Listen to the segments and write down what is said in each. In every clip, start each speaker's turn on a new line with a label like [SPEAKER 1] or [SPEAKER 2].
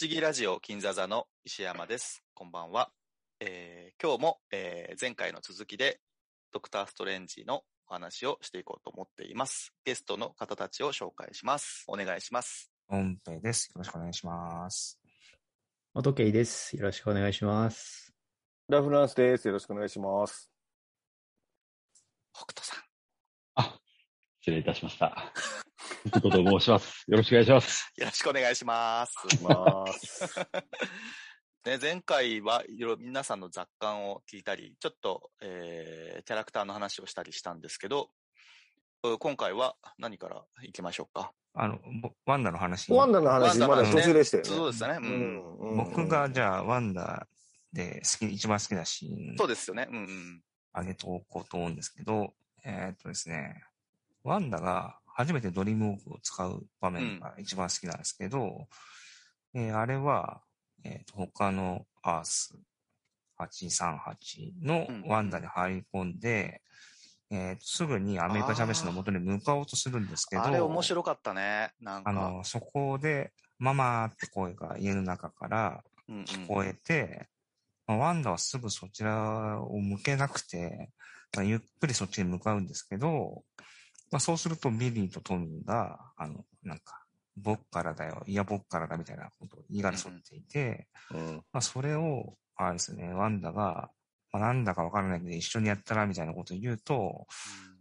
[SPEAKER 1] 思議ラジオ金座座の石山です。こんばんは。えー今日も、えー前回の続きでドクターストレンジのお話をしていこうと思っています。ゲストの方たちを紹介します。お願いします。
[SPEAKER 2] 音平です。よろしくお願いします。
[SPEAKER 3] おとけいです。よろしくお願いします。
[SPEAKER 4] ラフランスです。よろしくお願いします。
[SPEAKER 1] 北斗さん。
[SPEAKER 5] 失礼いたしました。ことと申します。よろしくお願いし ます。
[SPEAKER 1] よろしくお願いします。
[SPEAKER 4] まあ、
[SPEAKER 1] ね、前回はいろいろ皆さんの雑感を聞いたり、ちょっと、えーキャラクターの話をしたりしたんですけど、えー今回は何から行きましょうか。
[SPEAKER 2] あの、ぼワンダの話に
[SPEAKER 4] ワンダの話、
[SPEAKER 1] ワン
[SPEAKER 4] ま
[SPEAKER 1] ダの
[SPEAKER 4] だ
[SPEAKER 1] 話ね
[SPEAKER 4] 途中でしたよね。
[SPEAKER 1] そうですね。うん
[SPEAKER 4] うん
[SPEAKER 2] 僕が、じゃあ、ワンダで好き、一番好きなシーン
[SPEAKER 1] そうですよね。うんうん。
[SPEAKER 2] あげとこうと思うんですけど、えーっとですね、ワンダが初めてドリームウォークを使う場面が一番好きなんですけど、えーあれは、えーっと他のアース838の
[SPEAKER 1] うん
[SPEAKER 2] ワンダに入り込んで、えーっとすぐにアメリカ・ジャベスの元に向かおうとするんですけど、
[SPEAKER 1] あれ面白かったね。なんか。
[SPEAKER 2] あの、そこで、ママって声が家の中から
[SPEAKER 1] うんうん
[SPEAKER 2] 聞こえて、まあワンダはすぐそちらを向けなくて、まあゆっくりそっちに向かうんですけど、まあ、そうするとビリーとトミーが、あの、なんか、僕からだよ、いや僕からだみたいなことを言い争っていて、
[SPEAKER 4] うん
[SPEAKER 2] まあ、それを、あれですね、ワンダが、まあ、なんだかわからないけど一緒にやったらみたいなことを言うと、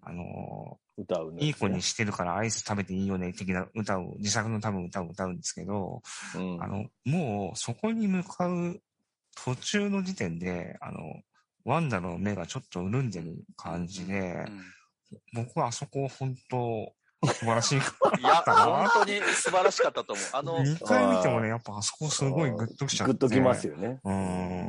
[SPEAKER 2] あの、
[SPEAKER 4] 歌うね。
[SPEAKER 2] いい子にしてるからアイス食べていいよね、的な歌を、自作の多分歌を歌うんですけど、
[SPEAKER 4] うん
[SPEAKER 2] あの、もうそこに向かう途中の時点で、あの、ワンダの目がちょっと潤んでる感じで
[SPEAKER 1] う、ん
[SPEAKER 2] 僕はあそこ本当、素晴らしい。
[SPEAKER 1] いや、
[SPEAKER 2] たな
[SPEAKER 1] 本当に素晴らしかったと思う。あの、
[SPEAKER 2] 2回見てもね、やっぱあそこすごいグッときちゃって。
[SPEAKER 4] グッときますよね。
[SPEAKER 2] うー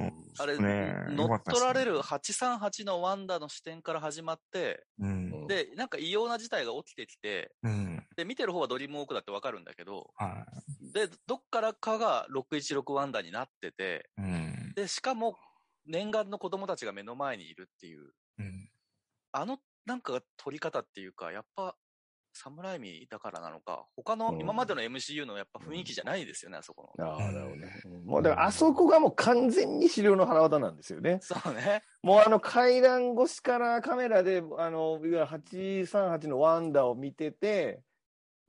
[SPEAKER 2] ん。
[SPEAKER 1] あれ、
[SPEAKER 2] ね
[SPEAKER 1] 乗
[SPEAKER 2] よか
[SPEAKER 1] っ
[SPEAKER 2] ったで
[SPEAKER 1] 取
[SPEAKER 2] すね
[SPEAKER 1] られる838のワンダの視点から始まって、
[SPEAKER 2] うん。
[SPEAKER 1] で、なんか異様な事態が起きてきて、
[SPEAKER 2] うん。
[SPEAKER 1] で、見てる方はドリームウォークだってわかるんだけど、
[SPEAKER 2] は
[SPEAKER 1] で、どっからかが616ワンダになってて、
[SPEAKER 2] い。うん。
[SPEAKER 1] で、しかも、念願の子供たちが目の前にいるっていう、
[SPEAKER 2] うん。
[SPEAKER 1] あの、なんか撮り方っていうか、やっぱ、サムライミだからなのか、他
[SPEAKER 4] う
[SPEAKER 1] の
[SPEAKER 4] ん
[SPEAKER 1] 今までの MCU のやっぱ雰囲気じゃないですよね、あそこの。
[SPEAKER 4] ああ、なるほどね。うんもう、だから、あそこがもう完全に資料の腹渡なんですよね。
[SPEAKER 1] そうね。
[SPEAKER 4] もう、あの、階段越しからカメラで、あの、いわゆる838のワンダを見てて、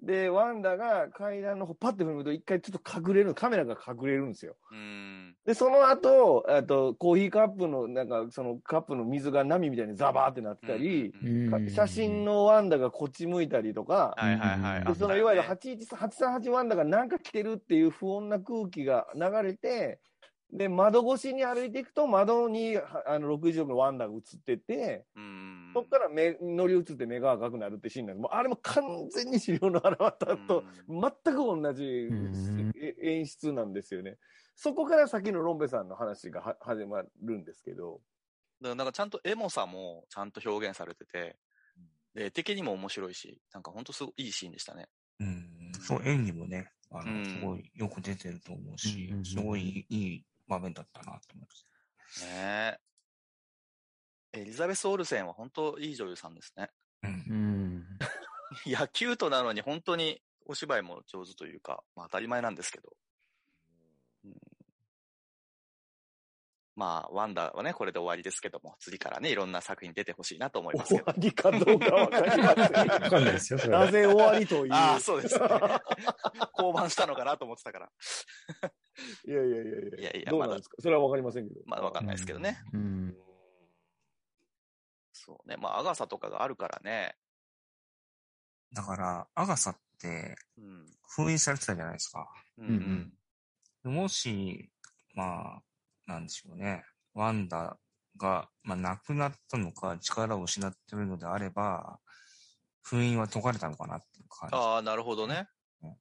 [SPEAKER 4] で、ワンダが階段の方パッて踏むと、一回ちょっと隠れる、カメラが隠れるんですよ。
[SPEAKER 1] うーん。
[SPEAKER 4] で、その後、えっと、コーヒーカップの、なんか、そのカップの水が波みたいにザバーってなってたり、
[SPEAKER 1] うん
[SPEAKER 4] 写真のワンダがこっち向いたりとか、
[SPEAKER 1] はいはいはい。
[SPEAKER 2] で
[SPEAKER 1] あ
[SPEAKER 4] でそのいわゆ
[SPEAKER 1] っ
[SPEAKER 4] る
[SPEAKER 1] たよね
[SPEAKER 4] 813 838ワンダがなんか来てるっていう不穏な空気が流れて、で、窓越しに歩いていくと、窓にはあの60のワンダが映ってて、
[SPEAKER 1] うん
[SPEAKER 4] そこから目乗り移って目が赤くなるってシーンなんです。もうあれも完全に資料の現れたと、
[SPEAKER 1] うん
[SPEAKER 4] 全く同じ
[SPEAKER 3] ん
[SPEAKER 4] え演出なんですよね。そこから先のロンベさんの話がは始まるんですけど、
[SPEAKER 1] だからなんかちゃんとエモさもちゃんと表現されてて、で、絵的にも面白いし、なんかほんとすごいいいシーンでしたね。
[SPEAKER 2] うん、そう、演技もね、あの、
[SPEAKER 1] うん
[SPEAKER 2] すごいよく出てると思うし、
[SPEAKER 3] うんうんうん
[SPEAKER 2] すごいいい場面だったなと思います。
[SPEAKER 1] ねえ。エリザベス・オルセンは本当いい女優さんですね。
[SPEAKER 2] うん。
[SPEAKER 3] うん。
[SPEAKER 1] いや、キュートなのに本当にお芝居も上手というか、まあ当たり前なんですけど。うんまあ、ワンダーはね、これで終わりですけども、次からね、いろんな作品出てほしいなと思います
[SPEAKER 4] 終
[SPEAKER 1] けど
[SPEAKER 4] わ。りかどうかわかりませ
[SPEAKER 3] わかんないですよ、そ
[SPEAKER 4] ん。
[SPEAKER 3] れは
[SPEAKER 4] なぜ終わりという。
[SPEAKER 1] ああ、そうですね。 降板したのかなと思ってたから。
[SPEAKER 4] いやいやいや
[SPEAKER 1] いやいや
[SPEAKER 4] どうなんですかそれはわかりませんけど。
[SPEAKER 1] まだわかんないですけどね。
[SPEAKER 3] うん。
[SPEAKER 1] そうね。まあ、アガサとかがあるからね。
[SPEAKER 2] だから、アガサって
[SPEAKER 1] うん。
[SPEAKER 2] 封印されてたじゃないですか。
[SPEAKER 1] うん
[SPEAKER 3] うん
[SPEAKER 2] もし、まあ、なんでしょうね。ワンダが、まあ、亡くなったのか、力を失ってるのであれば、封印は解かれたのかなっていう感じ。
[SPEAKER 1] ああ、なるほどね
[SPEAKER 2] うん。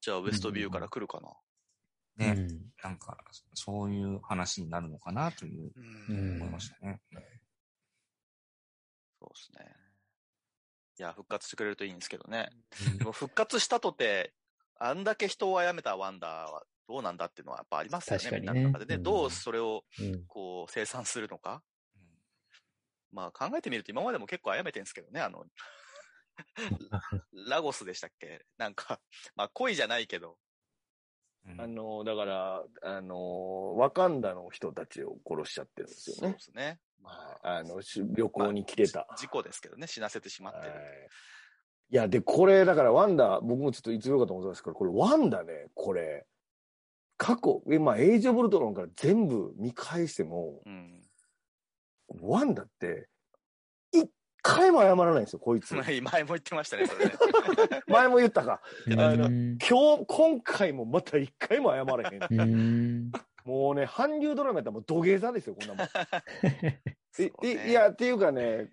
[SPEAKER 1] じゃあ、ウエストビューから来るかな。
[SPEAKER 3] う
[SPEAKER 2] ね、
[SPEAKER 3] ん
[SPEAKER 2] なんか、そういう話になるのかなという、
[SPEAKER 3] うん
[SPEAKER 2] 思いましたね。
[SPEAKER 1] そうですね。いや、復活してくれるといいんですけどね。でも復活したとて、あんだけ人を殺めたワンダーはどうなんだっていうのはやっぱありますよね。
[SPEAKER 3] 確かにね
[SPEAKER 1] みんなの中でね、
[SPEAKER 3] うん
[SPEAKER 1] どうそれを
[SPEAKER 3] うん
[SPEAKER 1] こう生産するのか。まあ考えてみると今までも結構殺めてるんですけどね、あ の、ラゴスでしたっけなんか、まあ恋じゃないけど、
[SPEAKER 2] うん
[SPEAKER 4] あの、だから、あの、ワカンダの人たちを殺しちゃってるんですよ
[SPEAKER 1] そう
[SPEAKER 4] ね
[SPEAKER 1] で。すね。ま
[SPEAKER 4] あの、し旅行に来てた。
[SPEAKER 1] 事故ですけどね、死なせてしまってる。
[SPEAKER 4] はいいや、で、これ、だから、ワンダ、僕もちょっといつよかと思ったんですけど、これ、ワンダね、これ、過去、今、エイジ・オブ・ウルトロンから全部見返しても、
[SPEAKER 1] うん。
[SPEAKER 4] ワンダって、一回も謝らないんですよ、こいつ。
[SPEAKER 1] 前も言ってましたね、それね。
[SPEAKER 4] 前も言ったか。
[SPEAKER 3] う
[SPEAKER 4] あの
[SPEAKER 3] ん
[SPEAKER 4] 今日、今回もまた一回も謝 らへん。
[SPEAKER 3] うん。
[SPEAKER 4] もうね、韓流ドラマやったらもう土下座ですよ、こんなもん。
[SPEAKER 1] そう
[SPEAKER 4] い
[SPEAKER 1] ね
[SPEAKER 4] いいや、っていうかね、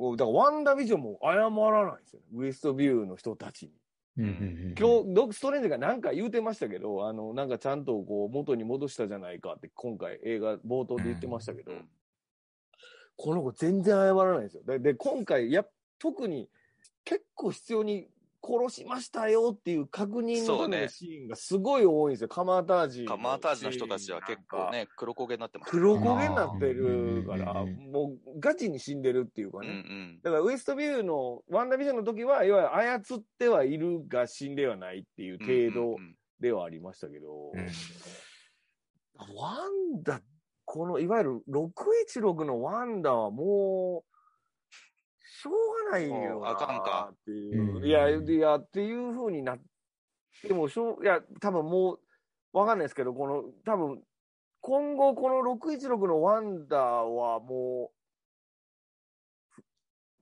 [SPEAKER 4] おだからワンダービジョンも謝らないんですよ、ウエストビューの人たちに。
[SPEAKER 3] うんうん
[SPEAKER 4] 今日、ドクストレンジがなんか言うてましたけど、あの、なんかちゃんとこう、元に戻したじゃないかって、今回映画冒頭で言ってま したけど、
[SPEAKER 1] うん
[SPEAKER 4] この子全然謝らないんですよ。で、で今回、やっ、特に結構必要に殺しましたよっていう確認の
[SPEAKER 1] そう
[SPEAKER 4] ため
[SPEAKER 1] ね
[SPEAKER 4] のシーンがすごい多いんですよ、カマータージ。
[SPEAKER 1] カマータージの人たちは結構。ね、黒焦げになってますね
[SPEAKER 4] 黒焦げになってるから、
[SPEAKER 3] うん
[SPEAKER 4] もうガチに死んでるっていうか
[SPEAKER 1] う
[SPEAKER 4] ね。
[SPEAKER 1] んうん。
[SPEAKER 4] だからウエストビューのワンダービジョンの時は、いわゆる操ってはいるが死んではないっていう程度
[SPEAKER 1] うんうんうん
[SPEAKER 4] ではありましたけど、
[SPEAKER 2] うん
[SPEAKER 4] ワンダ、このいわゆる616のワンダはもう、しょうがないよな
[SPEAKER 1] あかんか
[SPEAKER 4] っていう。
[SPEAKER 3] うん
[SPEAKER 4] いや、いや、っていうふうになってもしょう、いや、多分もう、わかんないですけど、この、多分、今後この616のワンダーはも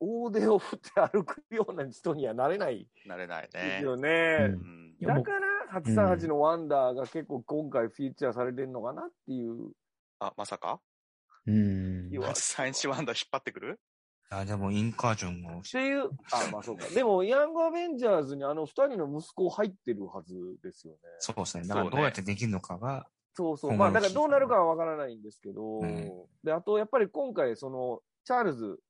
[SPEAKER 4] う、大手を振って歩くような人にはなれない
[SPEAKER 1] 慣れない
[SPEAKER 4] で
[SPEAKER 1] ね
[SPEAKER 4] す。よね。
[SPEAKER 1] う
[SPEAKER 3] うんいや
[SPEAKER 4] だ
[SPEAKER 3] もう
[SPEAKER 4] から、838のワンダーが結構今回フィーチャーされてるのかなっていう。
[SPEAKER 1] あ、まさか
[SPEAKER 3] うん
[SPEAKER 4] 要 は
[SPEAKER 1] サインチワンダー引っ張ってくる
[SPEAKER 2] あ、でもインカージョンが
[SPEAKER 4] っていう、あ、まあそうか。でも、ヤングアベンジャーズにあの二人の息子入ってるはずですよね。
[SPEAKER 2] そうですね。だか
[SPEAKER 1] そう
[SPEAKER 2] ら
[SPEAKER 1] ね
[SPEAKER 2] どうやってできるのかが、
[SPEAKER 4] そうそう。
[SPEAKER 2] うん
[SPEAKER 4] まあ、だからどうなるかはわからないんですけど、
[SPEAKER 2] うん
[SPEAKER 4] で、あと、やっぱり今回、その、チャールズ、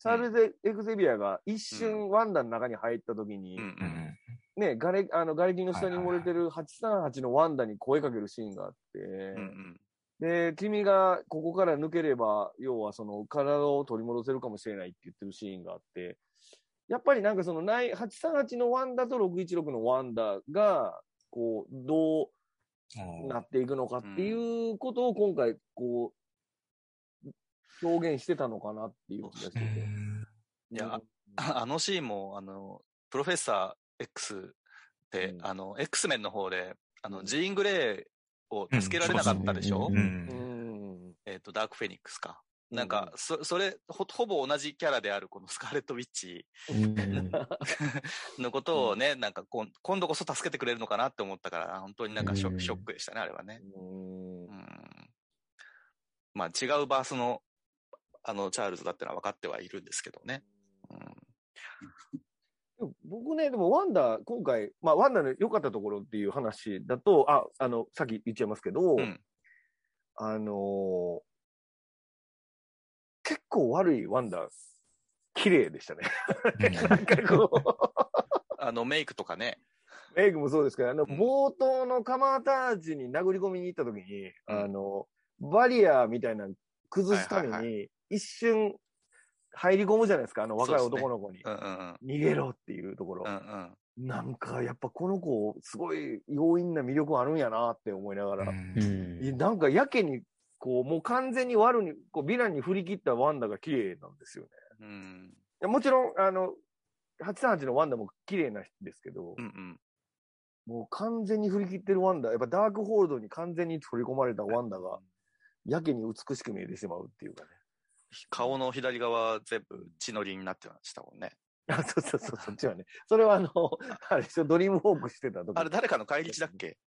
[SPEAKER 4] チャールズ・エクゼビアが一
[SPEAKER 1] う
[SPEAKER 4] 瞬ワンダの中に入った時に、
[SPEAKER 1] うんう。
[SPEAKER 2] うんん。
[SPEAKER 4] ね、がれ、あの、瓦礫の下に埋もれてる838のワンダに声かけるシーンがあって、
[SPEAKER 1] うんうん。
[SPEAKER 4] で、君がここから抜ければ、要はその体を取り戻せるかもしれないって言ってるシーンがあって、やっぱりなんかそのない、838のワンダと616のワンダが、こう、どうなっていくのかっていうことを今回、こう、表現してたのかなっていう気がして
[SPEAKER 2] う
[SPEAKER 4] て。
[SPEAKER 2] ん
[SPEAKER 1] いや
[SPEAKER 4] うん、
[SPEAKER 1] あのシーンも、あの、プロフェッサー X って、
[SPEAKER 4] うん
[SPEAKER 1] あの、X メンの方で、あ
[SPEAKER 4] う
[SPEAKER 1] の、
[SPEAKER 4] ん
[SPEAKER 1] ジーン・グレーを助けられなかったでしょ、
[SPEAKER 3] うんそうそ
[SPEAKER 2] う
[SPEAKER 3] う
[SPEAKER 2] ん
[SPEAKER 4] う。ん。
[SPEAKER 1] えっ、と、ダーク・フェニックスか。なんか、そ、それほ、ほぼ同じキャラであるこのスカーレット・ウィッチ
[SPEAKER 3] うん
[SPEAKER 1] のことをね、なんかこん、今度こそ助けてくれるのかなって思ったから、本当になんかショ,、
[SPEAKER 3] うん
[SPEAKER 1] ショックでしたね、あれはね。
[SPEAKER 4] うん
[SPEAKER 1] うん。まあ、違うバースの、あの、チャールズだってのは分かってはいるんですけどね。うん。
[SPEAKER 4] でも僕ね、でもワンダ、今回、まあ、ワンダの良かったところっていう話だと、あ、あの、さっき言っちゃいますけど、
[SPEAKER 1] うん
[SPEAKER 4] あのー結構悪いワンダ、綺麗でしたね。 なんかこ
[SPEAKER 1] あの、メイクとかね。
[SPEAKER 4] う、メイクもそうですけど、あの、
[SPEAKER 1] ん
[SPEAKER 4] 冒頭のカマータージに殴り込みに行った時に、
[SPEAKER 1] うん
[SPEAKER 4] あの、バリアみたいなの崩すため
[SPEAKER 1] はいはい
[SPEAKER 4] に、一瞬入り込むじゃないですか、あの若い
[SPEAKER 1] そうですね
[SPEAKER 4] 男の子に。
[SPEAKER 1] うんうんうん。
[SPEAKER 4] 逃げろっていうところ。
[SPEAKER 1] うんうん。
[SPEAKER 4] なんか、やっぱこの子、すごい要因な魅力あるんやなって思いながら、
[SPEAKER 3] う
[SPEAKER 2] うん
[SPEAKER 3] ん
[SPEAKER 4] いなんかやけに、こう、もう完全に悪に、こう、ヴィランに振り切ったワンダが綺麗なんですよね。
[SPEAKER 1] うん。
[SPEAKER 4] いやもちろん、あの、838のワンダも綺麗なんですけど、
[SPEAKER 1] うんうん。
[SPEAKER 4] もう完全に振り切ってるワンダ、やっぱダークホールドに完全に取り込まれたワンダが、やけに美しく見えてしまうっていうかね。
[SPEAKER 1] 顔の左側全部血のりになってましたもんね。
[SPEAKER 4] あ、そうそうそう、そっちはね。それはあの、 あれでしょ、ドリームウォークしてた時。
[SPEAKER 1] あれ誰かの帰り血だっけ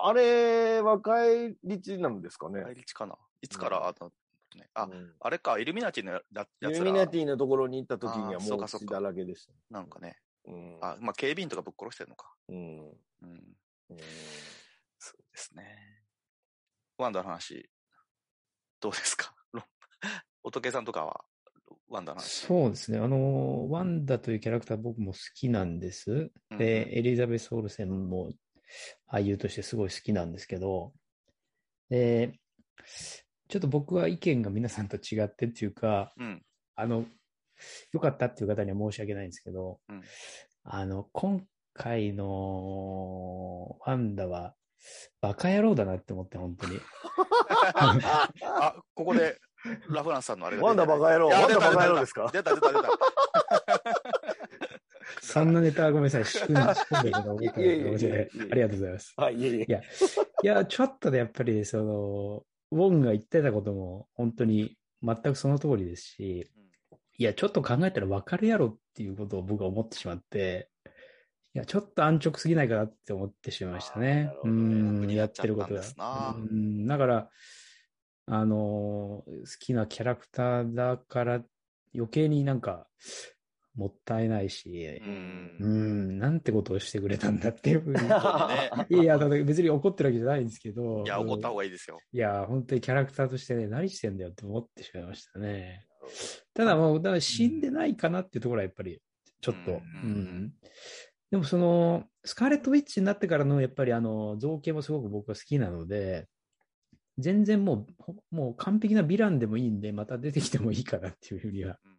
[SPEAKER 4] あれは帰り地なんですかね。
[SPEAKER 1] 帰り血かないつからあの、ね、あ
[SPEAKER 4] う、ん
[SPEAKER 1] あれか、イルミナティのややつら。
[SPEAKER 4] イルミナティのところに行った時に
[SPEAKER 1] あー
[SPEAKER 4] は
[SPEAKER 1] そ
[SPEAKER 4] も
[SPEAKER 1] うか
[SPEAKER 4] う
[SPEAKER 1] そうか
[SPEAKER 4] 血だらけでした、ね。
[SPEAKER 1] なんかね。
[SPEAKER 4] うん
[SPEAKER 1] あ、まあ、警備員とかぶっ殺してるのか。
[SPEAKER 4] うんうん
[SPEAKER 1] うん。そうですね。ワンダの話、どうですかロン 仏さんとかは、ワンダの話。
[SPEAKER 3] そうですね。あの、ワンダというキャラクター僕も好きなんです。で、エリザベス・オルセンも俳優としてすごい好きなんですけど、で、ちょっと僕は意見が皆さんと違ってっていうか、
[SPEAKER 1] うん。
[SPEAKER 3] あの、良かったっていう方には申し訳ないんですけど、
[SPEAKER 1] うん
[SPEAKER 3] あの、今回のワンダは、バカ野郎だなって思って、本当 に。
[SPEAKER 1] あ、ここで、ラフランスさんのあれが
[SPEAKER 4] ワンダバカ野郎
[SPEAKER 1] いや
[SPEAKER 4] ワンダ
[SPEAKER 1] 出た
[SPEAKER 4] バカ野郎ですか
[SPEAKER 1] 出た出た出た。
[SPEAKER 3] そんなネタはごめんなさい。仕組んで仕込んでるのが多いから
[SPEAKER 4] いえいえいえ
[SPEAKER 3] ごめんなさいありがとうございます。
[SPEAKER 4] はい、いえいえ。
[SPEAKER 3] いや、ちょっとね、やっぱり、その、ウォンが言ってたことも、本当に全くその通りですし、いや、ちょっと考えたら分かるやろっていうことを僕は思ってしまって、いや、ちょっと安直すぎないかなって思ってしまいましたね。
[SPEAKER 4] あ
[SPEAKER 3] う
[SPEAKER 4] ーなるほど
[SPEAKER 3] ん、
[SPEAKER 1] ね
[SPEAKER 3] やってること
[SPEAKER 1] やっちゃった
[SPEAKER 3] が。
[SPEAKER 1] ん
[SPEAKER 3] う
[SPEAKER 1] で
[SPEAKER 3] ん、だから、あのー、好きなキャラクターだから、余計になんか、もったいないし
[SPEAKER 1] う、ん
[SPEAKER 3] う。ん、なんてことをしてくれたんだっていうふうに。
[SPEAKER 1] 本当にね
[SPEAKER 3] いや、だって別に怒ってるわけじゃないんですけど。
[SPEAKER 1] いや、怒った
[SPEAKER 3] うん
[SPEAKER 1] 方がいいですよ。
[SPEAKER 3] いや、本当にキャラクターとしてね、何してんだよって思ってしまいましたね。ただもう、だから死んでないかなっていうところはやっぱり、ちょっと、
[SPEAKER 1] うん
[SPEAKER 3] うんでもその、スカーレット・ウィッチになってからの、やっぱりあの、造形もすごく僕は好きなので、全然もうほ、もう完璧なヴィランでもいいんで、また出てきてもいいかなっていうふうには
[SPEAKER 1] うん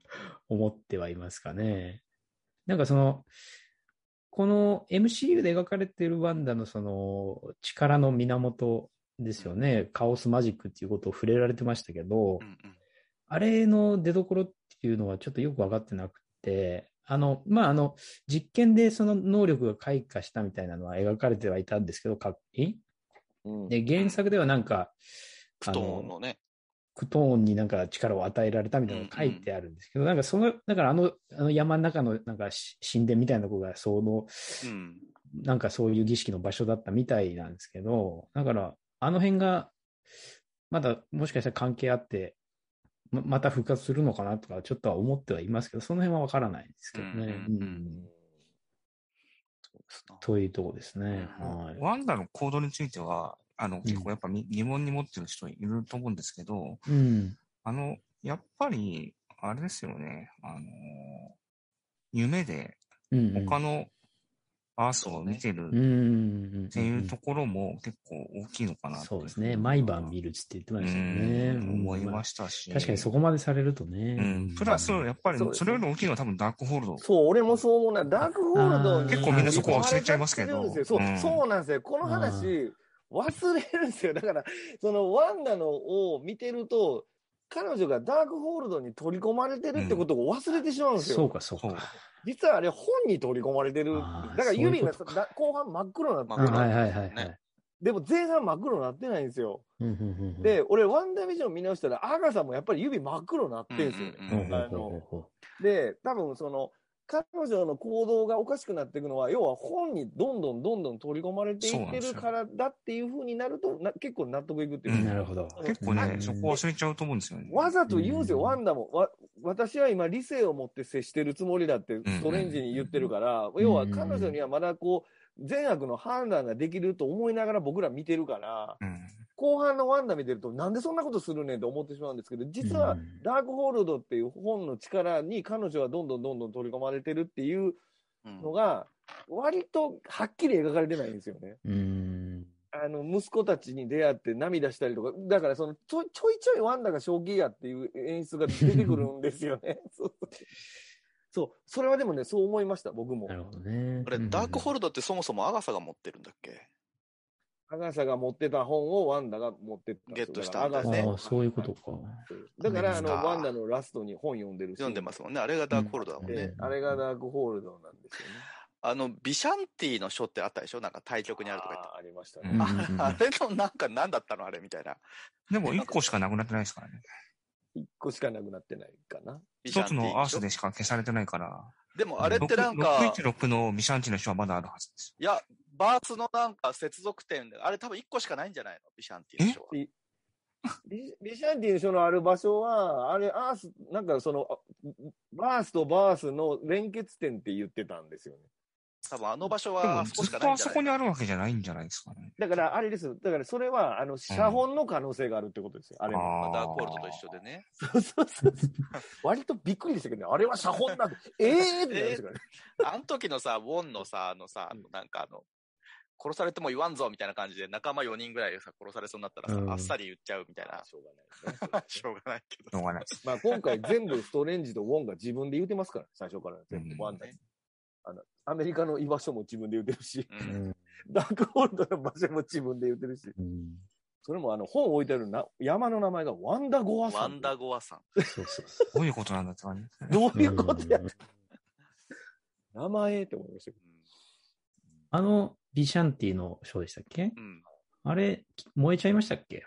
[SPEAKER 3] 思ってはいますかね。なんかその、この MCU で描かれているワンダのその力の源ですよね。カオスマジックっていうことを触れられてましたけ
[SPEAKER 1] う、
[SPEAKER 3] ど
[SPEAKER 1] んうん
[SPEAKER 3] あれの出所っていうのはちょっとよく分かってなくて、あの、まあ、あの、実験でその能力が開花したみたいなのは描かれてはいたんですけど、かえ
[SPEAKER 4] うん
[SPEAKER 3] で、原作ではなんか、
[SPEAKER 1] クトーンのね。
[SPEAKER 3] クトーンになんか力を与えられたみたいなのが書いてあるんですけど、なんかその、だからあの、あの山の中のなんかし神殿みたいなとこが、その、
[SPEAKER 1] うん。
[SPEAKER 3] なんかそういう儀式の場所だったみたいなんですけど、だからあの辺が、まだもしかしたら関係あって、ままた復活するのかなとか、ちょっとは思ってはいますけど、その辺はわからないですけどね。
[SPEAKER 1] うんうんうん
[SPEAKER 3] うん
[SPEAKER 1] そうですな
[SPEAKER 3] というとこですね。
[SPEAKER 1] うん
[SPEAKER 3] はい。
[SPEAKER 2] ワンダの行動については、あの、結構やっぱみ疑問に持ってる人いると思うんですけど、
[SPEAKER 3] うん。
[SPEAKER 2] あの、やっぱり、あれですよね、あの、夢で
[SPEAKER 3] うんうん。
[SPEAKER 2] 他のアースを見てる
[SPEAKER 3] うんうんうん。っ
[SPEAKER 2] っていうところも結構大きいのかな
[SPEAKER 3] そうですね。毎晩見
[SPEAKER 2] る
[SPEAKER 3] るっつって言ってま
[SPEAKER 2] う
[SPEAKER 3] したよね。
[SPEAKER 2] ん思いま
[SPEAKER 3] し
[SPEAKER 2] したし。
[SPEAKER 3] 確かにそ
[SPEAKER 2] こ。
[SPEAKER 3] こまでされるとね。
[SPEAKER 2] うん。プラス、やっぱり
[SPEAKER 4] そうですね
[SPEAKER 2] それより大きいのは多分ダークホールド。
[SPEAKER 4] そう、俺もそう思うな。ダークホールドに
[SPEAKER 3] あー結構みんなそこ
[SPEAKER 2] 忘れちゃいますけど
[SPEAKER 4] 追われちゃってるんですよそう、
[SPEAKER 2] うん
[SPEAKER 4] そうなんですよ。この話、忘れるんですよ。だから、そのワンダのを見てると、彼女がダークホールドに取り込まれてるってことを忘れてしまうんですよ。
[SPEAKER 3] そうか、そう
[SPEAKER 2] そう
[SPEAKER 3] か。
[SPEAKER 4] 実はあれ、本に取り込まれてる。だ
[SPEAKER 3] あー
[SPEAKER 4] から指が
[SPEAKER 3] そういうことか
[SPEAKER 4] だ後半真っ黒になって
[SPEAKER 3] あ
[SPEAKER 1] あ
[SPEAKER 4] る、
[SPEAKER 1] 真っ黒
[SPEAKER 3] はいはいはいは
[SPEAKER 1] ね
[SPEAKER 3] い。
[SPEAKER 4] でも前半真っ黒になってないんですよ。
[SPEAKER 3] うんうんうんうん、
[SPEAKER 4] で、俺、ワンダービジョン見直したら、アーガさんもやっぱり指真っ黒になってるんですよね。
[SPEAKER 1] うんうん
[SPEAKER 3] ほう
[SPEAKER 1] うん
[SPEAKER 3] ほうほうほう
[SPEAKER 4] で、多分その、彼女の行動がおかしくなっていくのは、要は本にどんどんどんどん取り込まれていってるからだっていうふうになると、な結構納得いくっていうう。
[SPEAKER 2] ん
[SPEAKER 3] なるほど。
[SPEAKER 2] 結構ね
[SPEAKER 3] う、ん
[SPEAKER 2] そこ忘れちゃうと思うんですよね。
[SPEAKER 4] わざと言うんですよ、
[SPEAKER 3] うん
[SPEAKER 4] ワンダも。わ私は今理性を持って接してるつもりだってストレンジに言ってるから、
[SPEAKER 3] ん
[SPEAKER 4] 要は彼女にはまだこう、善悪の判断ができると思いながら僕ら見てるから、
[SPEAKER 2] うん。
[SPEAKER 4] 後半のワンダ見てるとなんでそんなことするねんって思ってしまうんですけど、実は
[SPEAKER 3] うん
[SPEAKER 4] ダークホールドっていう本の力に彼女はどんどんどんどん取り込まれてるっていう
[SPEAKER 1] うん
[SPEAKER 4] のが、割とはっきり描かれてないんですよね。
[SPEAKER 3] うん。
[SPEAKER 4] あの、息子たちに出会って涙したりとか、だからその、ちょちょいちょいワンダが正気やっていう演出が出てくるんですよ ね。そうそう、それはでもね、そう思いました、僕も
[SPEAKER 3] な。るほどね。
[SPEAKER 1] あれ、ダークホ
[SPEAKER 3] ー
[SPEAKER 1] ルドってそもそもアガサが持ってるんだっけ
[SPEAKER 4] アガサが持ってた本をワンダが持ってったんですよ。
[SPEAKER 1] ゲットしたんだよ
[SPEAKER 4] だからア
[SPEAKER 1] ね
[SPEAKER 3] あ
[SPEAKER 4] ガ
[SPEAKER 3] あ、
[SPEAKER 4] サ
[SPEAKER 3] そういうことか。
[SPEAKER 4] だから、あ
[SPEAKER 1] そう
[SPEAKER 4] の、
[SPEAKER 1] ですか
[SPEAKER 4] ワンダのラストに本読んでるし
[SPEAKER 1] 読んでますもんね。あれがダークホールドだもん
[SPEAKER 4] で
[SPEAKER 1] ね。
[SPEAKER 4] あれがダークホールドなんですよね。
[SPEAKER 1] あの、ビシャンティの書ってあったでしょなんか対局にあるとか言って。
[SPEAKER 4] あーありました
[SPEAKER 2] う
[SPEAKER 4] ね
[SPEAKER 2] ん。
[SPEAKER 1] ああれのなんか何だったのあれみたいな。
[SPEAKER 2] でも一個しかなくなってないですからね。
[SPEAKER 4] 一個しかなくなってないかな。
[SPEAKER 1] ビシャ
[SPEAKER 2] 一
[SPEAKER 1] ンテ
[SPEAKER 2] つ
[SPEAKER 1] ィでし
[SPEAKER 2] の
[SPEAKER 1] ょ
[SPEAKER 2] アースでしか消されてないから。
[SPEAKER 1] でもあれってなんか、
[SPEAKER 2] 616のミシャンチの人はまだあるはずです。
[SPEAKER 1] いや、バーツのなんか接続点で、あれ多分1個しかないんじゃないのビシャンティの書は。
[SPEAKER 4] えリリシャンティの書のある場所は、あれ、アース、なんかその、あバースとバースの連結点って言ってたんですよね。
[SPEAKER 1] 多分あの場所
[SPEAKER 2] でも
[SPEAKER 1] はあそこし
[SPEAKER 2] ず
[SPEAKER 1] か
[SPEAKER 2] っ
[SPEAKER 1] ないん
[SPEAKER 2] とあ
[SPEAKER 1] じゃ
[SPEAKER 2] そ
[SPEAKER 1] ない
[SPEAKER 2] こにあるわけじゃないんじゃないですかね。
[SPEAKER 4] だから、あれですよ。だから、それは、あの、写本の可能性があるってことですよ。あれも。
[SPEAKER 1] ま
[SPEAKER 2] あ
[SPEAKER 1] あダークホールドと一緒でね。
[SPEAKER 4] そうそうそうそう。割とびっくりでしたけどね。あれは写本なんだ。ええー、ってなりました からね。
[SPEAKER 1] あの時のさ、ウォンのさ、あのさ、あのなんかあの、殺されても言わんぞみたいな感じで仲間4人ぐらいさ、殺されそうになったらさ、
[SPEAKER 3] うん
[SPEAKER 1] あっさり言っちゃうみたいな。
[SPEAKER 4] しょうがないです
[SPEAKER 1] し
[SPEAKER 4] ね。
[SPEAKER 1] ょうがないけ
[SPEAKER 2] しょ
[SPEAKER 1] ど。
[SPEAKER 2] うがないです。
[SPEAKER 4] まあ、今回全部ストレンジとウォンが自分で言うてますから、最初から全
[SPEAKER 2] う
[SPEAKER 4] 部。
[SPEAKER 2] ん
[SPEAKER 4] ワンダ。あの、アメリカの居場所も自分で言ってるし、
[SPEAKER 1] うん
[SPEAKER 3] うん
[SPEAKER 4] ダークホールドの場所も自分で言ってるし、
[SPEAKER 3] うん
[SPEAKER 4] それもあの本置いてあるな山の名前がワンダゴアさ
[SPEAKER 1] ワ
[SPEAKER 4] ん。
[SPEAKER 1] ンダゴアさん。
[SPEAKER 3] そうそうそ
[SPEAKER 2] どういうことなんだって感じですね。
[SPEAKER 4] ど
[SPEAKER 3] う。
[SPEAKER 4] う いうことや、
[SPEAKER 3] うん
[SPEAKER 4] 名前って思いましたけ
[SPEAKER 3] あの、ビシャンティの章でしたっけ
[SPEAKER 1] うん。
[SPEAKER 3] あれ、燃えちゃいましたっけ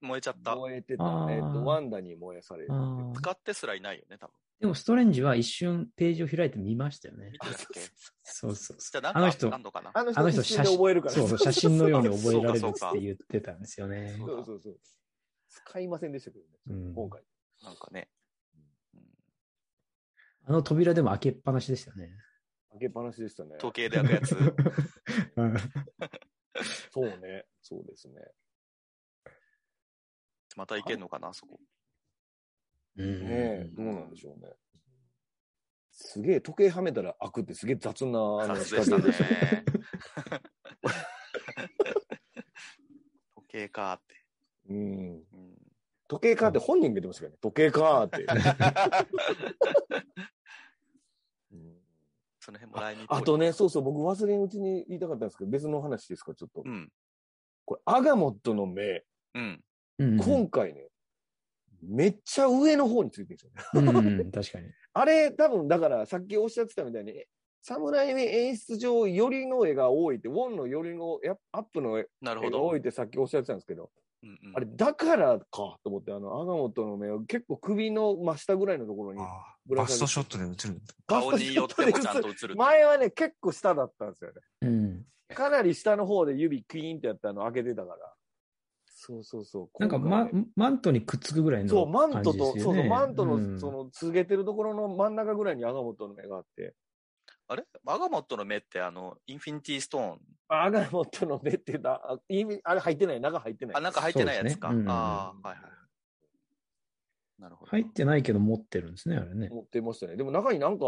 [SPEAKER 1] 燃えちゃっ
[SPEAKER 4] ど。
[SPEAKER 1] た。
[SPEAKER 4] 燃えてた
[SPEAKER 3] あ。ー
[SPEAKER 4] えっと、ワンダに燃やされる。
[SPEAKER 3] あー
[SPEAKER 1] 使ってすらいないよね、多分。
[SPEAKER 3] でも、ストレンジは一瞬ページを開いて見ましたよね
[SPEAKER 1] 見。てたっけ
[SPEAKER 3] そうそう
[SPEAKER 1] じ
[SPEAKER 3] そ
[SPEAKER 1] ゃ
[SPEAKER 3] う。
[SPEAKER 1] あ
[SPEAKER 3] あの
[SPEAKER 1] なんか
[SPEAKER 3] 人
[SPEAKER 1] あん、のかな
[SPEAKER 4] あの
[SPEAKER 3] あの人
[SPEAKER 4] 人、写真で覚えるから。
[SPEAKER 3] そうそう、写真のように覚えられる
[SPEAKER 1] そう
[SPEAKER 3] っ
[SPEAKER 1] かそうか
[SPEAKER 3] て言ってたんですよね。
[SPEAKER 4] そうそうそう。使いませんでしたけどね、
[SPEAKER 3] うん
[SPEAKER 4] 今回。
[SPEAKER 1] なんかね。
[SPEAKER 3] あの扉でも開けっぱなしでしたよね。
[SPEAKER 4] 開けっぱなしでしたね。
[SPEAKER 1] 時計でやるや つ。
[SPEAKER 3] うん
[SPEAKER 4] そうね。そうですね。
[SPEAKER 1] またいけんのかな、そこ。
[SPEAKER 4] ねえ、どうなんでしょうね。すげえ、時計はめたら開くってすげえ雑な、あの、
[SPEAKER 1] 雑でしたね。 時計かーって。
[SPEAKER 4] うん。
[SPEAKER 1] うん
[SPEAKER 4] 時計かって本人が言ってましたからね。時計かって。うん
[SPEAKER 1] その辺も来日。
[SPEAKER 4] あとね、そうそう、僕忘れんうちに言いたかったんですけど、別の話ですか、ちょっと。
[SPEAKER 1] うん。
[SPEAKER 4] これ、アガモットの目、
[SPEAKER 1] うん。
[SPEAKER 3] うん
[SPEAKER 4] 今回ね、めっちゃ上の方についてるんですよね。
[SPEAKER 3] うん、確かに。
[SPEAKER 4] あれ、多分、だから、さっきおっしゃってたみたいに、え侍に演出上、よりの絵が多いって、ウォンのよりのやアップの絵
[SPEAKER 1] なるほ
[SPEAKER 4] が
[SPEAKER 1] ど。
[SPEAKER 4] 多いってさっきおっしゃってたんですけど、
[SPEAKER 1] うんうん
[SPEAKER 4] あれ、だからか、と思って、あの、アガモットの目を結構首の真下ぐらいのところに、
[SPEAKER 2] あー
[SPEAKER 4] ぶら
[SPEAKER 2] バ
[SPEAKER 4] 下げ
[SPEAKER 2] ストショットで映る。
[SPEAKER 1] 顔によってもちゃんと映る。
[SPEAKER 4] 前はね、結構下だったんですよね。
[SPEAKER 3] うん。
[SPEAKER 4] かなり下の方で指クイーンってやったの開けてたから。そうそうそう。
[SPEAKER 3] なんか、
[SPEAKER 4] 今
[SPEAKER 3] ま
[SPEAKER 4] 回、
[SPEAKER 3] マントにくっつくぐらい
[SPEAKER 4] そう、
[SPEAKER 3] の
[SPEAKER 4] マ
[SPEAKER 3] 感
[SPEAKER 4] ン
[SPEAKER 3] じ
[SPEAKER 4] ト
[SPEAKER 3] です
[SPEAKER 4] と、
[SPEAKER 3] よ
[SPEAKER 4] そ
[SPEAKER 3] ね。
[SPEAKER 4] うそう、マント
[SPEAKER 3] う
[SPEAKER 4] の、
[SPEAKER 3] ん
[SPEAKER 4] その、続けてるところの真ん中ぐらいにアガモットの目があって、
[SPEAKER 1] あれアガモットの目ってあの、インフィニティストーン。
[SPEAKER 4] あアガモットの目ってだ、あ意味あれ入ってない、中入ってない。
[SPEAKER 1] あ、なんか入ってないやつか。
[SPEAKER 3] そうですねうん
[SPEAKER 1] ああ、はいはいはい。なるほど。
[SPEAKER 3] 入ってないけど持ってるんですね、あれね。
[SPEAKER 4] 持ってましたね。でも中になんか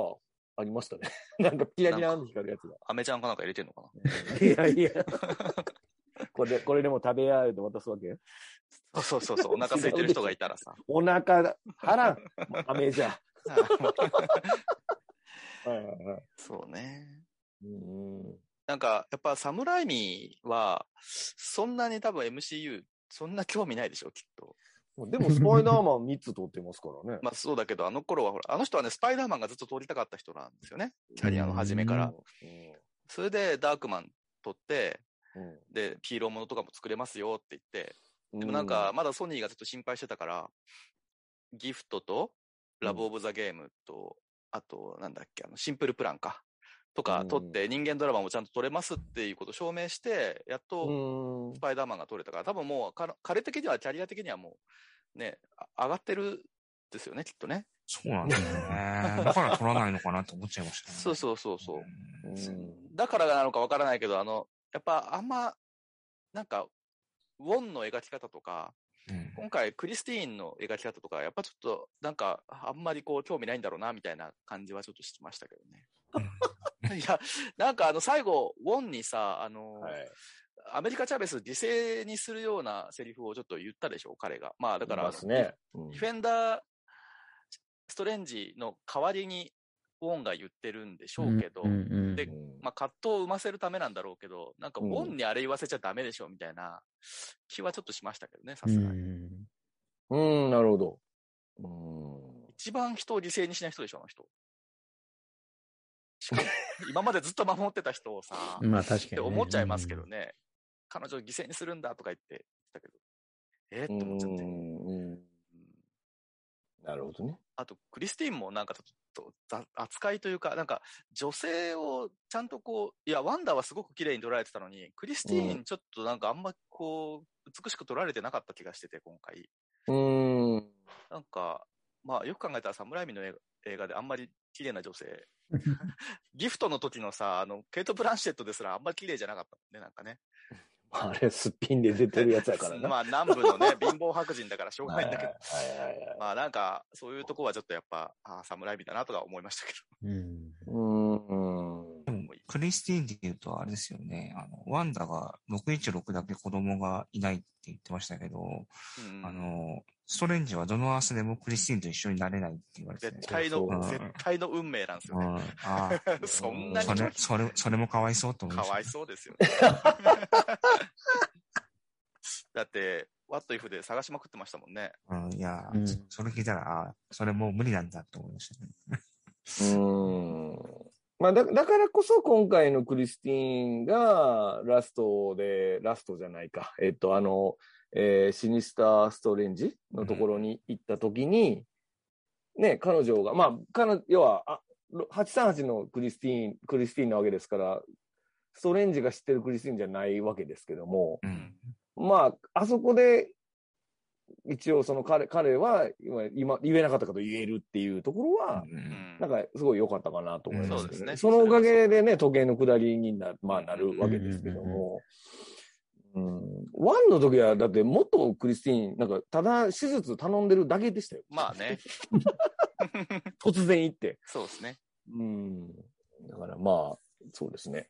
[SPEAKER 4] ありましたね。 なんかキラキラって光るやつが。
[SPEAKER 1] アメちゃんかなんか入れてんのかな
[SPEAKER 4] いやいや。これで、これでも食べやーって渡すわけ
[SPEAKER 1] そうそうそうそう。お腹空いてる人がいたらさ。
[SPEAKER 4] お腹、腹、アメじゃ。はいはいはい。
[SPEAKER 1] そうね。
[SPEAKER 4] うんうん
[SPEAKER 1] なんか、やっぱサムライミは、そんなに多分 MCU、そんな興味ないでしょ、きっと。
[SPEAKER 4] でも、スパイダーマン3つ撮ってますからね。
[SPEAKER 1] まあそうだけど、あの頃はほら、あの人はね、スパイダーマンがずっと通りたかった人なんですよね。キャリアの初めか
[SPEAKER 4] う
[SPEAKER 1] ら
[SPEAKER 4] ん。
[SPEAKER 1] それでダークマン撮って、
[SPEAKER 4] うん
[SPEAKER 1] で、ヒーローものとかも作れますよって言って、
[SPEAKER 4] うん
[SPEAKER 1] でもなんか、、まだソニーがずっと心配してたから、ギフトと、ラブオブザゲームと、あと、なんだっけ、あの、シンプルプランか。とか撮って、人間ドラマもちゃんと撮れますっていうことを証明して、やっ
[SPEAKER 4] う
[SPEAKER 1] と
[SPEAKER 4] ん
[SPEAKER 1] スパイダーマンが撮れたから、多分もうか、彼的には、キャリア的にはもう、ね、あ上がってるですよね、きっとね。
[SPEAKER 2] そうなんですよ ね。だから撮らないのかなって思っちゃいました、ね。
[SPEAKER 1] そうそうそうそう。
[SPEAKER 4] う
[SPEAKER 1] そ
[SPEAKER 4] ん
[SPEAKER 1] だからなのかわからないけど、あの、やっぱあんま、なんか、ウォンの描き方とか、
[SPEAKER 2] うん。うん
[SPEAKER 1] 今回クリスティーンの描き方とか、やっぱちょっと、なんか、あんまりこう、興味ないんだろうな、みたいな感じはちょっとしてましたけどね。いや、なんかあの、最後、ウォンにさ、あの、
[SPEAKER 4] はい。
[SPEAKER 1] アメリカ・チャベス犠牲にするようなセリフをちょっと言ったでしょ、彼が。まあ、だか
[SPEAKER 4] い
[SPEAKER 1] ら
[SPEAKER 4] ま、すね。うん
[SPEAKER 1] ディフェンダー、ストレンジの代わりに、ウォンが言ってるんでしょうけど、
[SPEAKER 3] んうん
[SPEAKER 1] でまあ、葛藤を生ませるためなんだろうけど、なんか、ウ
[SPEAKER 4] うん
[SPEAKER 1] ォンにあれ言わせちゃダメでしょ、みたいな気はちょっとしましたけどね、さ
[SPEAKER 3] う
[SPEAKER 1] すがに。
[SPEAKER 3] ん
[SPEAKER 4] うん、うんなるほど。うん
[SPEAKER 1] 一番人を犠牲にしない人でしょ、あの人。しか も今までずっと守ってた人をさ、っ
[SPEAKER 3] まあ、確かに
[SPEAKER 1] て
[SPEAKER 3] ね。
[SPEAKER 1] 思っちゃいますけどね、彼女を犠牲にするんだとか言ってたけど、えーって思っちゃって。
[SPEAKER 4] うんうん
[SPEAKER 1] うん
[SPEAKER 4] なるほどね。
[SPEAKER 1] あと、クリスティーンもなんかちょっとざ扱いというか、なんか女性をちゃんとこう、いや、ワンダはすごく綺麗に撮られてたのに、クリスティーンちょっとなんかあんまこう、美しく撮られてなかった気がしてて、今回。
[SPEAKER 4] うん。
[SPEAKER 1] なんか、まあよく考えたらサムライミの映画映画であんまり綺麗な女性。ギフトの時のさ、あの、ケイト・ブランシェットですらあんまり綺麗じゃなかったもんね、なんかね。
[SPEAKER 4] あれ、すっぴんで出てるやつやからな。
[SPEAKER 1] まあ南部のね、貧乏白人だからしょうがないんだけど。
[SPEAKER 4] はいはいはいはい
[SPEAKER 1] まあなんか、そういうとこはちょっとやっぱ、ああ、サムライミだなとか思いましたけ
[SPEAKER 3] うん。
[SPEAKER 4] うんうん
[SPEAKER 1] ど。もうい
[SPEAKER 2] クリスティーンで言うと、あれですよね。あの、ワンダが616だけ子供がいないって言ってましたけど、
[SPEAKER 1] うん
[SPEAKER 2] あの、ストレンジはどのアースでもクリスティーンと一緒になれないって言われて
[SPEAKER 1] 絶
[SPEAKER 2] て。
[SPEAKER 1] 対の
[SPEAKER 2] うん、
[SPEAKER 1] 絶対の運命なんですよ
[SPEAKER 2] うん。
[SPEAKER 1] ね。
[SPEAKER 2] あ あ、
[SPEAKER 1] そんなに
[SPEAKER 2] それ、それ、それもかわいそうと思い
[SPEAKER 1] か
[SPEAKER 2] ました。
[SPEAKER 1] わいそうですよね。だって、ワットイフで探しまくってましたもんね。
[SPEAKER 2] うん、いや、
[SPEAKER 3] うん
[SPEAKER 2] そそれ聞いたら、ああ、それもう無理なんだと思いましたね。
[SPEAKER 4] うん。まあだ、だからこそ今回のクリスティーンがラストで、ラストじゃないか。えっと、あの、えーシニスターストレンジのところに行った時に、ね、彼女が、まあ、彼女、要は、あ、838のクリスティーン、クリスティーンなわけですから、ストレンジが知ってるクリスティーンじゃないわけですけども、
[SPEAKER 2] うん。
[SPEAKER 4] まあ、あそこで、一応その彼、彼は今、今、言えなかったこと言えるっていうところは、
[SPEAKER 2] う
[SPEAKER 1] うんん
[SPEAKER 4] なんかすごい良かったかなと思います
[SPEAKER 1] うん
[SPEAKER 4] けど、
[SPEAKER 1] そうですね
[SPEAKER 4] そのおかげでね、時計の下りにな、まあなるわけですけども、うん、ワンの時は、だって元クリスティーン、なんか、ただ手術頼んでるだけでしたよ。
[SPEAKER 1] まあね。
[SPEAKER 4] 突然行って。
[SPEAKER 1] そうですね。
[SPEAKER 4] うん。だからまあ、そうですね。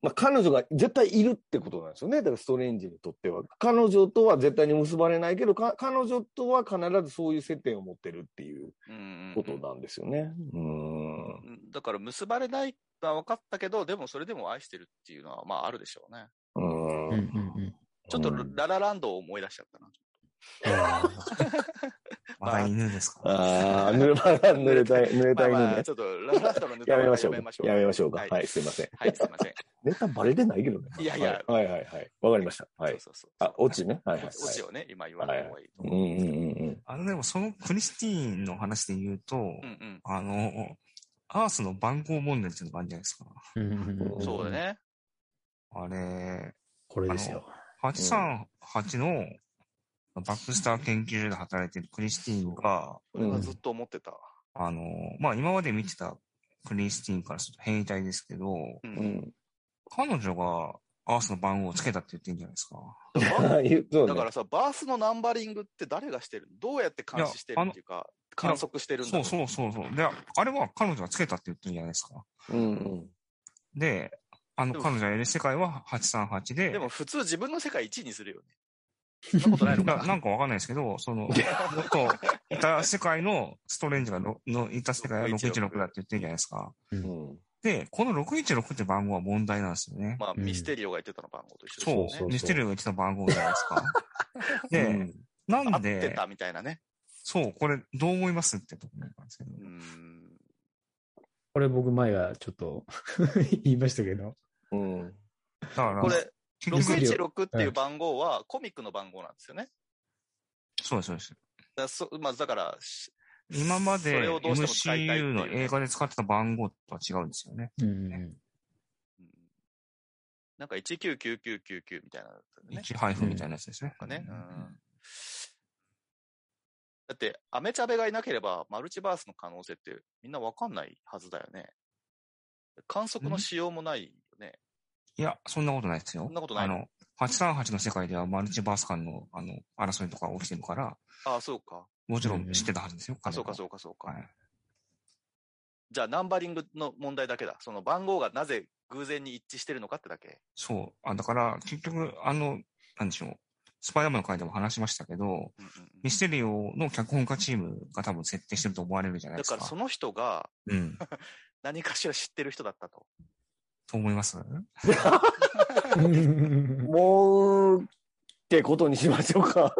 [SPEAKER 4] まあ、彼女が絶対いるってことなんですよね。だからストレンジにとっては。彼女とは絶対に結ばれないけど、か彼女とは必ずそういう接点を持ってるっていう
[SPEAKER 1] うんうんう
[SPEAKER 4] こ
[SPEAKER 1] ん
[SPEAKER 4] となんですよね。うん。
[SPEAKER 1] うんだから結ばれないのは分かったけど、でもそれでも愛してるっていうのは、まああるでしょうね。
[SPEAKER 4] うん。
[SPEAKER 3] うんうんうん。
[SPEAKER 1] ちょっと
[SPEAKER 4] うん
[SPEAKER 1] ララランドを思い出しちゃったな。
[SPEAKER 2] また犬ですか、
[SPEAKER 4] ああ、濡れた、濡れたい、濡れた い
[SPEAKER 1] まあ
[SPEAKER 4] の
[SPEAKER 1] まあ
[SPEAKER 4] ね
[SPEAKER 1] ち。ょっとララランドのネタ
[SPEAKER 4] や
[SPEAKER 1] は
[SPEAKER 4] めましょう。
[SPEAKER 1] やめましょう。
[SPEAKER 4] やめましょうか。
[SPEAKER 1] は
[SPEAKER 4] はいい、、すいません。
[SPEAKER 1] はいすいません。
[SPEAKER 4] ネタバレてないけどね。
[SPEAKER 1] いやいや
[SPEAKER 4] はいはいはいはい。わかりました。は
[SPEAKER 1] そ。
[SPEAKER 4] いう
[SPEAKER 1] そうそう。
[SPEAKER 4] あ、オチね。はいはいはい。
[SPEAKER 1] オチをね、今言わない方がいいと
[SPEAKER 4] うん
[SPEAKER 1] 思う。
[SPEAKER 4] うんうんうん。
[SPEAKER 2] あの、でもそのクリスティーンの話で言うと、
[SPEAKER 1] うん
[SPEAKER 2] あの、アースの番号問題っていうのがあるんじゃないですか。
[SPEAKER 3] うんうん
[SPEAKER 1] う
[SPEAKER 3] うん
[SPEAKER 1] ん。そうだね。
[SPEAKER 2] あれ、
[SPEAKER 3] これですよ。
[SPEAKER 2] 838のバックスター研究所で働いてるクリスティーンが、
[SPEAKER 1] これはずっと思ってた。
[SPEAKER 2] あの、まあ、今まで見てたクリスティーンからすると変異体ですけど、
[SPEAKER 1] うん
[SPEAKER 4] うん。
[SPEAKER 2] 彼女がアースの番号をつけたって言ってんじゃないですか。
[SPEAKER 1] だから
[SPEAKER 4] あ 言うそうね
[SPEAKER 1] だからさ、バースのナンバリングって誰がしてるどうやって監視してるっていうか、観測してるんだ
[SPEAKER 2] そ
[SPEAKER 1] ろ
[SPEAKER 2] うそうそうそう。で、あれは彼女がつけたって言ってるじゃないですか。
[SPEAKER 4] うんうん。
[SPEAKER 2] で、あ
[SPEAKER 1] で
[SPEAKER 2] の、
[SPEAKER 1] も
[SPEAKER 2] 彼女がいる世界は838で、
[SPEAKER 1] でも普通自分の世界1位にする よね。そんなことないのか
[SPEAKER 2] ななんかわかんないですけど、その、もっと、いた世界のストレンジがの、のいた世界は616だって言ってるじゃないですか。
[SPEAKER 4] うん
[SPEAKER 2] で、この616って番号は問題なんですよね。
[SPEAKER 1] まあ、
[SPEAKER 3] うん
[SPEAKER 1] ミステリオが言ってたの番号と一緒
[SPEAKER 2] そう
[SPEAKER 1] ですよね。
[SPEAKER 2] ミステリオが言ってた番号じゃないです か。で、
[SPEAKER 4] うん
[SPEAKER 2] な
[SPEAKER 1] 合
[SPEAKER 2] ん
[SPEAKER 1] って
[SPEAKER 2] で
[SPEAKER 1] た、みたいなね。
[SPEAKER 2] そう、これどう思いますってところなんですけど。
[SPEAKER 1] うーん。
[SPEAKER 3] これ僕前はちょっと 言いましたけど。
[SPEAKER 4] うん。
[SPEAKER 2] だから、
[SPEAKER 1] これ、
[SPEAKER 2] 結局、
[SPEAKER 1] 616っていう番号はコミックの番号なんですよね。
[SPEAKER 2] そうです、そうです。
[SPEAKER 1] だからそまあ、だから、し
[SPEAKER 2] 今ま
[SPEAKER 1] そ
[SPEAKER 2] で
[SPEAKER 1] れをどうしても使いたいってい
[SPEAKER 2] MCU
[SPEAKER 1] う
[SPEAKER 2] の映画で使ってた番号とは違うんですよ ね。
[SPEAKER 3] うん
[SPEAKER 1] うんなんか199999みたいなのだったよね。
[SPEAKER 2] 1配布みたいなやつですね。
[SPEAKER 1] なんかね。うんだって、アメチャベがいなければ、マルチバースの可能性ってみんなわかんないはずだよね。観測のしようもないよね。
[SPEAKER 2] いや、そんなことないですよ。
[SPEAKER 1] そんなことない
[SPEAKER 2] あの、838の世界ではマルチバース間の、あの、争いとか起きてるから、
[SPEAKER 1] ああ、そうか。
[SPEAKER 2] もちろん知ってたはずですよ。
[SPEAKER 1] あそうか、
[SPEAKER 2] 彼
[SPEAKER 1] そ
[SPEAKER 2] は
[SPEAKER 1] うか、そうか。
[SPEAKER 2] はい。
[SPEAKER 1] じゃあ、ナンバリングの問題だけだ。その番号がなぜ偶然に一致してるのかってだけ。
[SPEAKER 2] そう。あ、だから、結局、あの、なんでしょう。スパイダーマンの回でも話しましたけど、
[SPEAKER 1] うんうんうん
[SPEAKER 2] ミステリオの脚本家チームが多分設定してると思われるじゃな
[SPEAKER 1] だ
[SPEAKER 2] いですか。
[SPEAKER 1] から、その人が
[SPEAKER 2] うん。
[SPEAKER 1] 何かしら知ってる人だったと。
[SPEAKER 2] と思います
[SPEAKER 3] うん。
[SPEAKER 4] もう、ってことにしましょうか。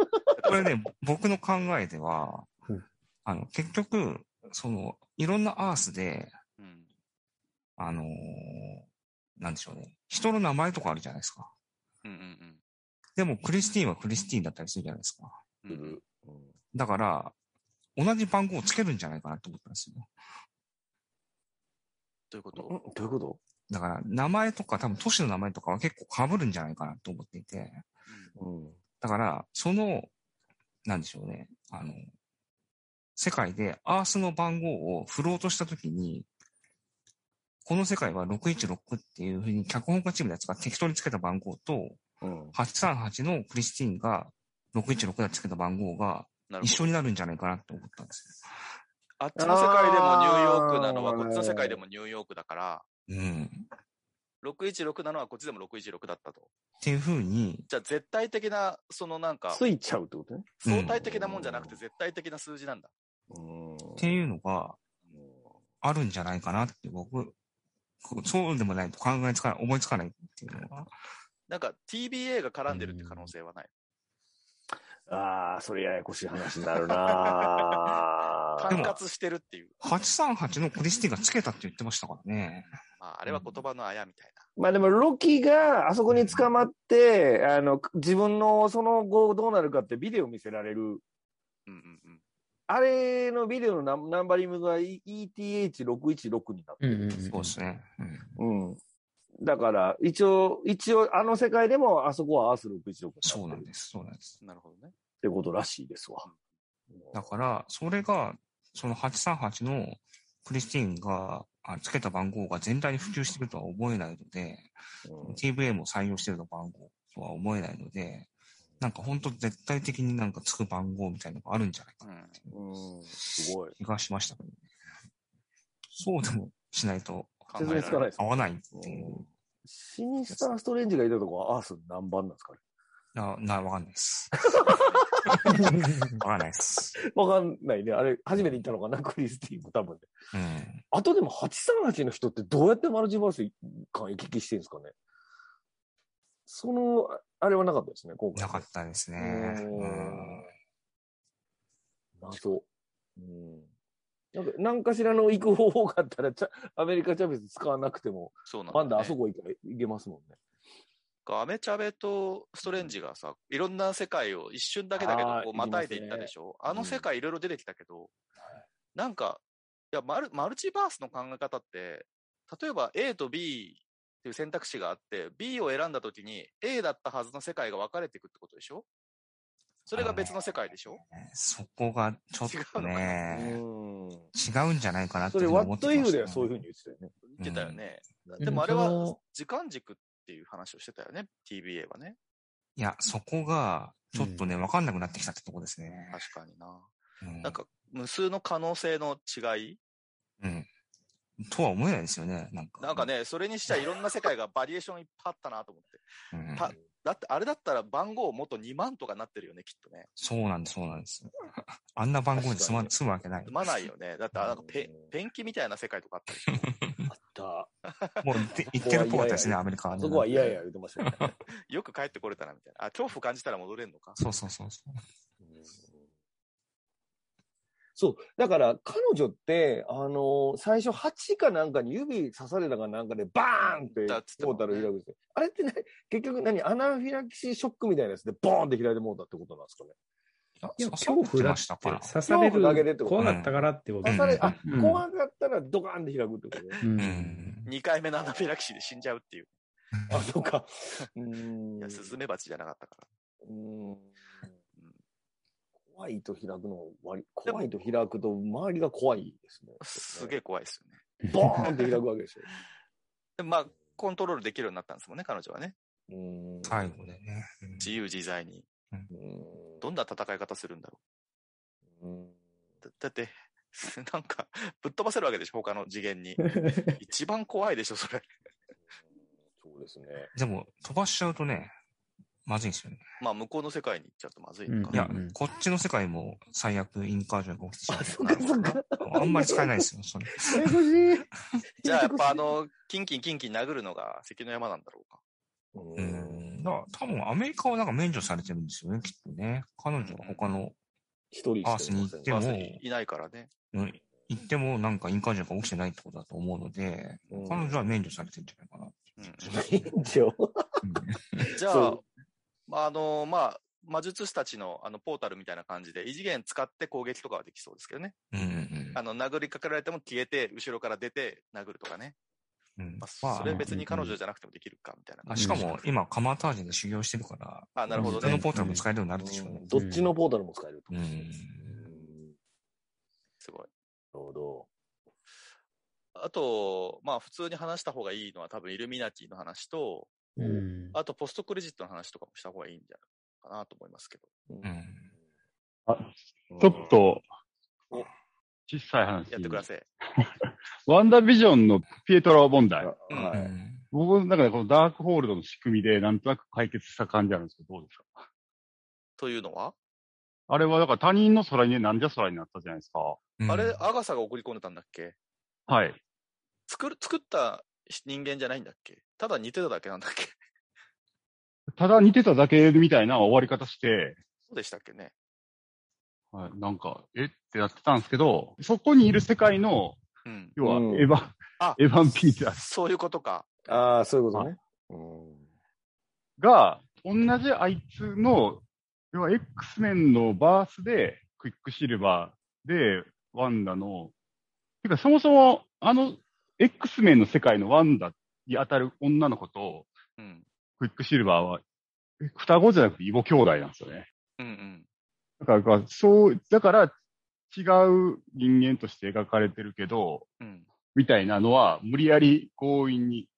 [SPEAKER 2] これね、 僕の考えでは
[SPEAKER 3] うん、
[SPEAKER 2] あの、結局、その、いろんなアースで、
[SPEAKER 1] うん。
[SPEAKER 2] あのーなんでしょうね。人の名前とかあるじゃないですか。
[SPEAKER 1] うんうん
[SPEAKER 2] でも、クリスティーンはクリスティーンだったりするじゃないですか。
[SPEAKER 1] うんうん。
[SPEAKER 2] だから、同じ番号をつけるんじゃないかなと思ったんですよ。
[SPEAKER 1] というこ
[SPEAKER 4] ど
[SPEAKER 1] と
[SPEAKER 4] ういうこと
[SPEAKER 2] だから、名前とか、多分都市の名前とかは結構被るんじゃないかなと思っていて。
[SPEAKER 4] うん。
[SPEAKER 2] だから、その、なんでしょうね。あの、世界でアースの番号を振ろうとしたときに、この世界は616っていうふうに脚本家チームのやつが適当につけた番号と、
[SPEAKER 4] うん。
[SPEAKER 2] 838のクリスティーンが616だってつけた番号が
[SPEAKER 1] なる
[SPEAKER 2] 一
[SPEAKER 1] ほど。
[SPEAKER 2] 緒になるんじゃないかなと思ったんです
[SPEAKER 1] あっちの世界でもニューヨークなのは、こっちの世界でもニューヨークだから、
[SPEAKER 2] うん。っ
[SPEAKER 1] 616なのはこっちでも616だったと。
[SPEAKER 2] ていう風に、
[SPEAKER 1] じゃあ絶対的な、そのなんか、
[SPEAKER 4] ついちゃうってことね。
[SPEAKER 2] うん
[SPEAKER 1] 相対的なもんじゃなくて絶対的な数字なんだ。
[SPEAKER 4] うん。
[SPEAKER 2] っていうのがあるんじゃないかなって僕、こうそうでもないと考えつかない、思いつかないっていうのは。
[SPEAKER 1] なんか TBA が絡んでるって可能性はない。
[SPEAKER 4] ああ、それややこしい話になるな
[SPEAKER 2] で
[SPEAKER 1] 管
[SPEAKER 2] も
[SPEAKER 1] 轄してるっていう。
[SPEAKER 2] 838のクリスティがつけたって言ってましたからね。
[SPEAKER 1] まあ、あれは言葉のあやみたい
[SPEAKER 4] まあでも、ロキがあそこに捕まって、あの、自分のその後どうなるかってビデオ見せられる。
[SPEAKER 1] な。うんうんうん。
[SPEAKER 4] あれのビデオのナンナンバリングが ETH616 になっ
[SPEAKER 3] う
[SPEAKER 4] て
[SPEAKER 3] ん
[SPEAKER 4] る。
[SPEAKER 3] うんうん。
[SPEAKER 2] そうですね。うん
[SPEAKER 4] うん。だから、一応、一応、あの世界でもあそこはアース616
[SPEAKER 2] そう
[SPEAKER 4] に
[SPEAKER 2] な
[SPEAKER 4] なって
[SPEAKER 2] ん
[SPEAKER 4] るっ
[SPEAKER 2] です。そうなんです。
[SPEAKER 1] なるほどね。
[SPEAKER 4] てことらしいですわ。
[SPEAKER 2] だから、それが、その838のクリスティーンがあつけた番号が全体に普及してるとは思えないので、
[SPEAKER 4] うん
[SPEAKER 2] TVA も採用してるの番号とは思えないので、なんか本当絶対的になんかつく番号みたいなのがあるんじゃないか
[SPEAKER 1] う。
[SPEAKER 2] なん
[SPEAKER 4] うん、すごい。
[SPEAKER 2] 気がしましたけどね。そうでもしないと
[SPEAKER 1] 考え
[SPEAKER 4] 説
[SPEAKER 1] られる。
[SPEAKER 4] 明つかないです
[SPEAKER 2] 合。わないっていう。
[SPEAKER 4] シニスターストレンジがいたとこはアース何番なんですかね
[SPEAKER 2] な、な、わかんない です。わかんないです。
[SPEAKER 4] わかんないね。あれ、初めて行ったのかなクリスティも多分ね。
[SPEAKER 2] うん。
[SPEAKER 4] あとでも838の人ってどうやってマルチバース間行き来してるんですかねその、あれはなかったですね、今回。
[SPEAKER 2] なかったですね。うん
[SPEAKER 4] 謎。うん。なんか、何かしらの行く方法があったら、ちゃアメリカチャベス使わなくても、
[SPEAKER 1] そうなんだ、
[SPEAKER 4] ワ
[SPEAKER 1] ね。
[SPEAKER 4] ンダあそこ行け行けますもんね。
[SPEAKER 1] アメチャベとストレンジがさ、いろんな世界を一瞬だけだけど
[SPEAKER 4] あー、
[SPEAKER 1] こうまたいでいったでしょあ,、
[SPEAKER 4] ますね
[SPEAKER 1] の世界いろいろ出てきたけど、なんか、いやマル、マルチバースの考え方って、例えば A と B っていう選択肢があって、B を選んだ時に A だったはずの世界が分かれていくってことでしょそれが別の世界でしょ
[SPEAKER 2] そこがちょっとね、違
[SPEAKER 4] う
[SPEAKER 2] うんじゃないかなっ
[SPEAKER 4] ん。
[SPEAKER 2] て
[SPEAKER 4] そ
[SPEAKER 2] いうふ
[SPEAKER 4] れ、
[SPEAKER 2] うに
[SPEAKER 4] ワ
[SPEAKER 2] 思っ
[SPEAKER 4] ッ
[SPEAKER 2] て
[SPEAKER 4] ト
[SPEAKER 2] ました
[SPEAKER 4] イフではそういうふうに言っ
[SPEAKER 1] 言っ
[SPEAKER 4] てたよね。
[SPEAKER 1] てたよね。
[SPEAKER 3] うん
[SPEAKER 1] でもあれは
[SPEAKER 3] その
[SPEAKER 1] 時間軸っていう話をしてたよね、TBA はね。
[SPEAKER 2] いや、そこが、ちょっとね、わかんなくなってきたってとこですね。
[SPEAKER 1] 確かにな。
[SPEAKER 2] うん
[SPEAKER 1] なんか、無数の可能性の違い
[SPEAKER 2] うん。とは思えないですよね、なんか。
[SPEAKER 1] なんかね、それにしてはいろんな世界がバリエーションいっぱいあったなと思って。
[SPEAKER 2] うん、
[SPEAKER 1] ただって、あれだったら番号もっと2万とかなってるよね、きっとね。
[SPEAKER 2] そうなんです、そうなんです。あんな番号で済ま
[SPEAKER 4] 確かに
[SPEAKER 2] 済むわけ ない
[SPEAKER 1] す。まないよね。だって、あなんかペペンキみたいな世界とかあったりして
[SPEAKER 4] だ
[SPEAKER 2] もう言って言ってるっぽかったですね、アメリカは
[SPEAKER 4] あ
[SPEAKER 2] ね。
[SPEAKER 4] そこは嫌や言ってましたよね。
[SPEAKER 1] よく帰ってこれたらみたいな。あ、恐怖感じたら戻れんのか。
[SPEAKER 2] そうそうそうそう。
[SPEAKER 4] うん そう。だから、彼女って、あのー最初、8かなんかに指刺されたかなんかで、バーンって、
[SPEAKER 1] だっつってた
[SPEAKER 4] モ
[SPEAKER 1] も
[SPEAKER 4] ー
[SPEAKER 1] んね
[SPEAKER 4] タル開くんですよあれってね、結局何アナフィラキシーショックみたいなやつで、ボーンって開いてもうたってことなんですかね。
[SPEAKER 3] いや、
[SPEAKER 2] 刺
[SPEAKER 3] 恐怖だ
[SPEAKER 2] ま
[SPEAKER 3] っ
[SPEAKER 2] した
[SPEAKER 3] て
[SPEAKER 2] から。
[SPEAKER 3] 刺され
[SPEAKER 4] 恐怖だけでっ
[SPEAKER 3] る
[SPEAKER 4] てこと
[SPEAKER 3] 怖かったからってこと
[SPEAKER 4] 刺され、あ、
[SPEAKER 5] うん
[SPEAKER 4] 怖かったらドカーンって開くってことね。
[SPEAKER 3] うん
[SPEAKER 2] うん。
[SPEAKER 1] 2回目のアナフィラキシーで死んじゃうっていう。
[SPEAKER 4] あ、そうか。うーん。
[SPEAKER 1] いや、スズメバチじゃなかったから。
[SPEAKER 4] うーん怖いと開くの割り、
[SPEAKER 1] でも
[SPEAKER 4] 怖いと開くと周りが怖いですね。
[SPEAKER 1] すげえ怖いですよね。
[SPEAKER 4] ボーンって開くわけでしょ。
[SPEAKER 1] でまあ、コントロールできるようになったんですもんね、彼女はね。
[SPEAKER 4] うーん
[SPEAKER 2] 最後でね。
[SPEAKER 1] 自由自在に。
[SPEAKER 4] うーん
[SPEAKER 1] どんな戦い方するんだろ
[SPEAKER 4] うん
[SPEAKER 1] う。だだって、 なんか、ぶっ飛ばせるわけでしょ、他の次元に。一番怖いでしょ、それ。
[SPEAKER 4] そうですね。
[SPEAKER 2] でも、飛ばしちゃうとね、まずいんですよね。
[SPEAKER 1] まあ、向こうの世界に行っちゃうとまずいのか
[SPEAKER 2] い
[SPEAKER 1] な。
[SPEAKER 2] や
[SPEAKER 3] うんうん、
[SPEAKER 2] こっちの世界も最悪インカージョンが起きてしまう。
[SPEAKER 4] そっかそっか。
[SPEAKER 2] あんまり使えないですよ、それ。
[SPEAKER 4] ややこしい。
[SPEAKER 1] じゃあ、やっぱあの、キンキンキンキン殴るのが関の山なんだろうか。
[SPEAKER 4] う、
[SPEAKER 2] うんん。だから多分アメリカはなんか免除されてるんですよね、きっとね。彼女は他の、
[SPEAKER 4] 一人しかいません
[SPEAKER 2] あすで
[SPEAKER 1] ま
[SPEAKER 2] も
[SPEAKER 1] あ、いないからね。
[SPEAKER 2] うん行ってもなんかインカージョンが起きてないってことだと思うので、
[SPEAKER 4] うん
[SPEAKER 2] 彼女は免除されてるんじゃないかな
[SPEAKER 1] うん うん
[SPEAKER 4] 免除。
[SPEAKER 1] じゃあ
[SPEAKER 4] そ、
[SPEAKER 1] まあ、あの、まあ、魔術師たちのあのポータルみたいな感じで、異次元使って攻撃とかはできそうですけどね。
[SPEAKER 2] うんうん
[SPEAKER 1] あの、殴りかけられても消えて、後ろから出て殴るとかね。
[SPEAKER 2] うんうん
[SPEAKER 1] まあ、
[SPEAKER 2] まあ
[SPEAKER 1] それは別に彼女じゃなくてもできるか、みたいな。
[SPEAKER 2] あしかも今カマータージェで修行してるから、
[SPEAKER 1] あ、なるほど
[SPEAKER 2] 普通の
[SPEAKER 1] ね。
[SPEAKER 2] ポータルも使えるようになるでしょうね。
[SPEAKER 4] どっちのポータルも使えると。
[SPEAKER 2] うん
[SPEAKER 4] なる
[SPEAKER 1] すごい。
[SPEAKER 4] ほど。
[SPEAKER 1] あと、まあ、普通に話した方がいいのは多分イルミナティの話と、
[SPEAKER 3] うん
[SPEAKER 1] あとポストクレジットの話とかもした方がいいんじゃないかなと思いますけど。
[SPEAKER 4] うん
[SPEAKER 2] うん
[SPEAKER 5] ちょっと、小さい話。
[SPEAKER 1] やってください。
[SPEAKER 5] ワンダービジョンのピエトラ問題。
[SPEAKER 1] うん
[SPEAKER 4] は
[SPEAKER 2] う
[SPEAKER 4] い。
[SPEAKER 2] ん
[SPEAKER 5] 僕の中でこのダークホールドの仕組みでなんとなく解決した感じあるんですけど、どうですか
[SPEAKER 1] というのは、
[SPEAKER 5] あれはだから他人の空にね、なんじゃ空になったじゃないですか。
[SPEAKER 2] うん
[SPEAKER 1] あれ、アガサが送り込んでたんだっけ
[SPEAKER 5] はい。
[SPEAKER 1] 作る、作った人間じゃないんだっけただ似てただけなんだっけ
[SPEAKER 5] ただ似てただけみたいな終わり方して、
[SPEAKER 1] そうでしたっけね
[SPEAKER 5] はい、なんか、えってなってたんですけど、そこにいる世界の、
[SPEAKER 1] うん。
[SPEAKER 5] 要は
[SPEAKER 4] うん
[SPEAKER 5] エヴァ、
[SPEAKER 1] あ
[SPEAKER 5] エヴァン・ピーターズ
[SPEAKER 1] そういうことか。
[SPEAKER 4] ああ、そういうことね。うん
[SPEAKER 5] が、同じあいつの、要は X メンのバースで、クイックシルバーで、ワンダの、てかそもそも、あの、X メンの世界のワンダに当たる女の子と、
[SPEAKER 1] うん。
[SPEAKER 5] クイックシルバーは、え双子じゃなくて異母兄弟なんですよね。
[SPEAKER 1] うんうん。
[SPEAKER 5] だからか、そう、だから、違う人間として描かれてるけど、
[SPEAKER 1] うん。
[SPEAKER 5] みたいなのは、無理やり強引に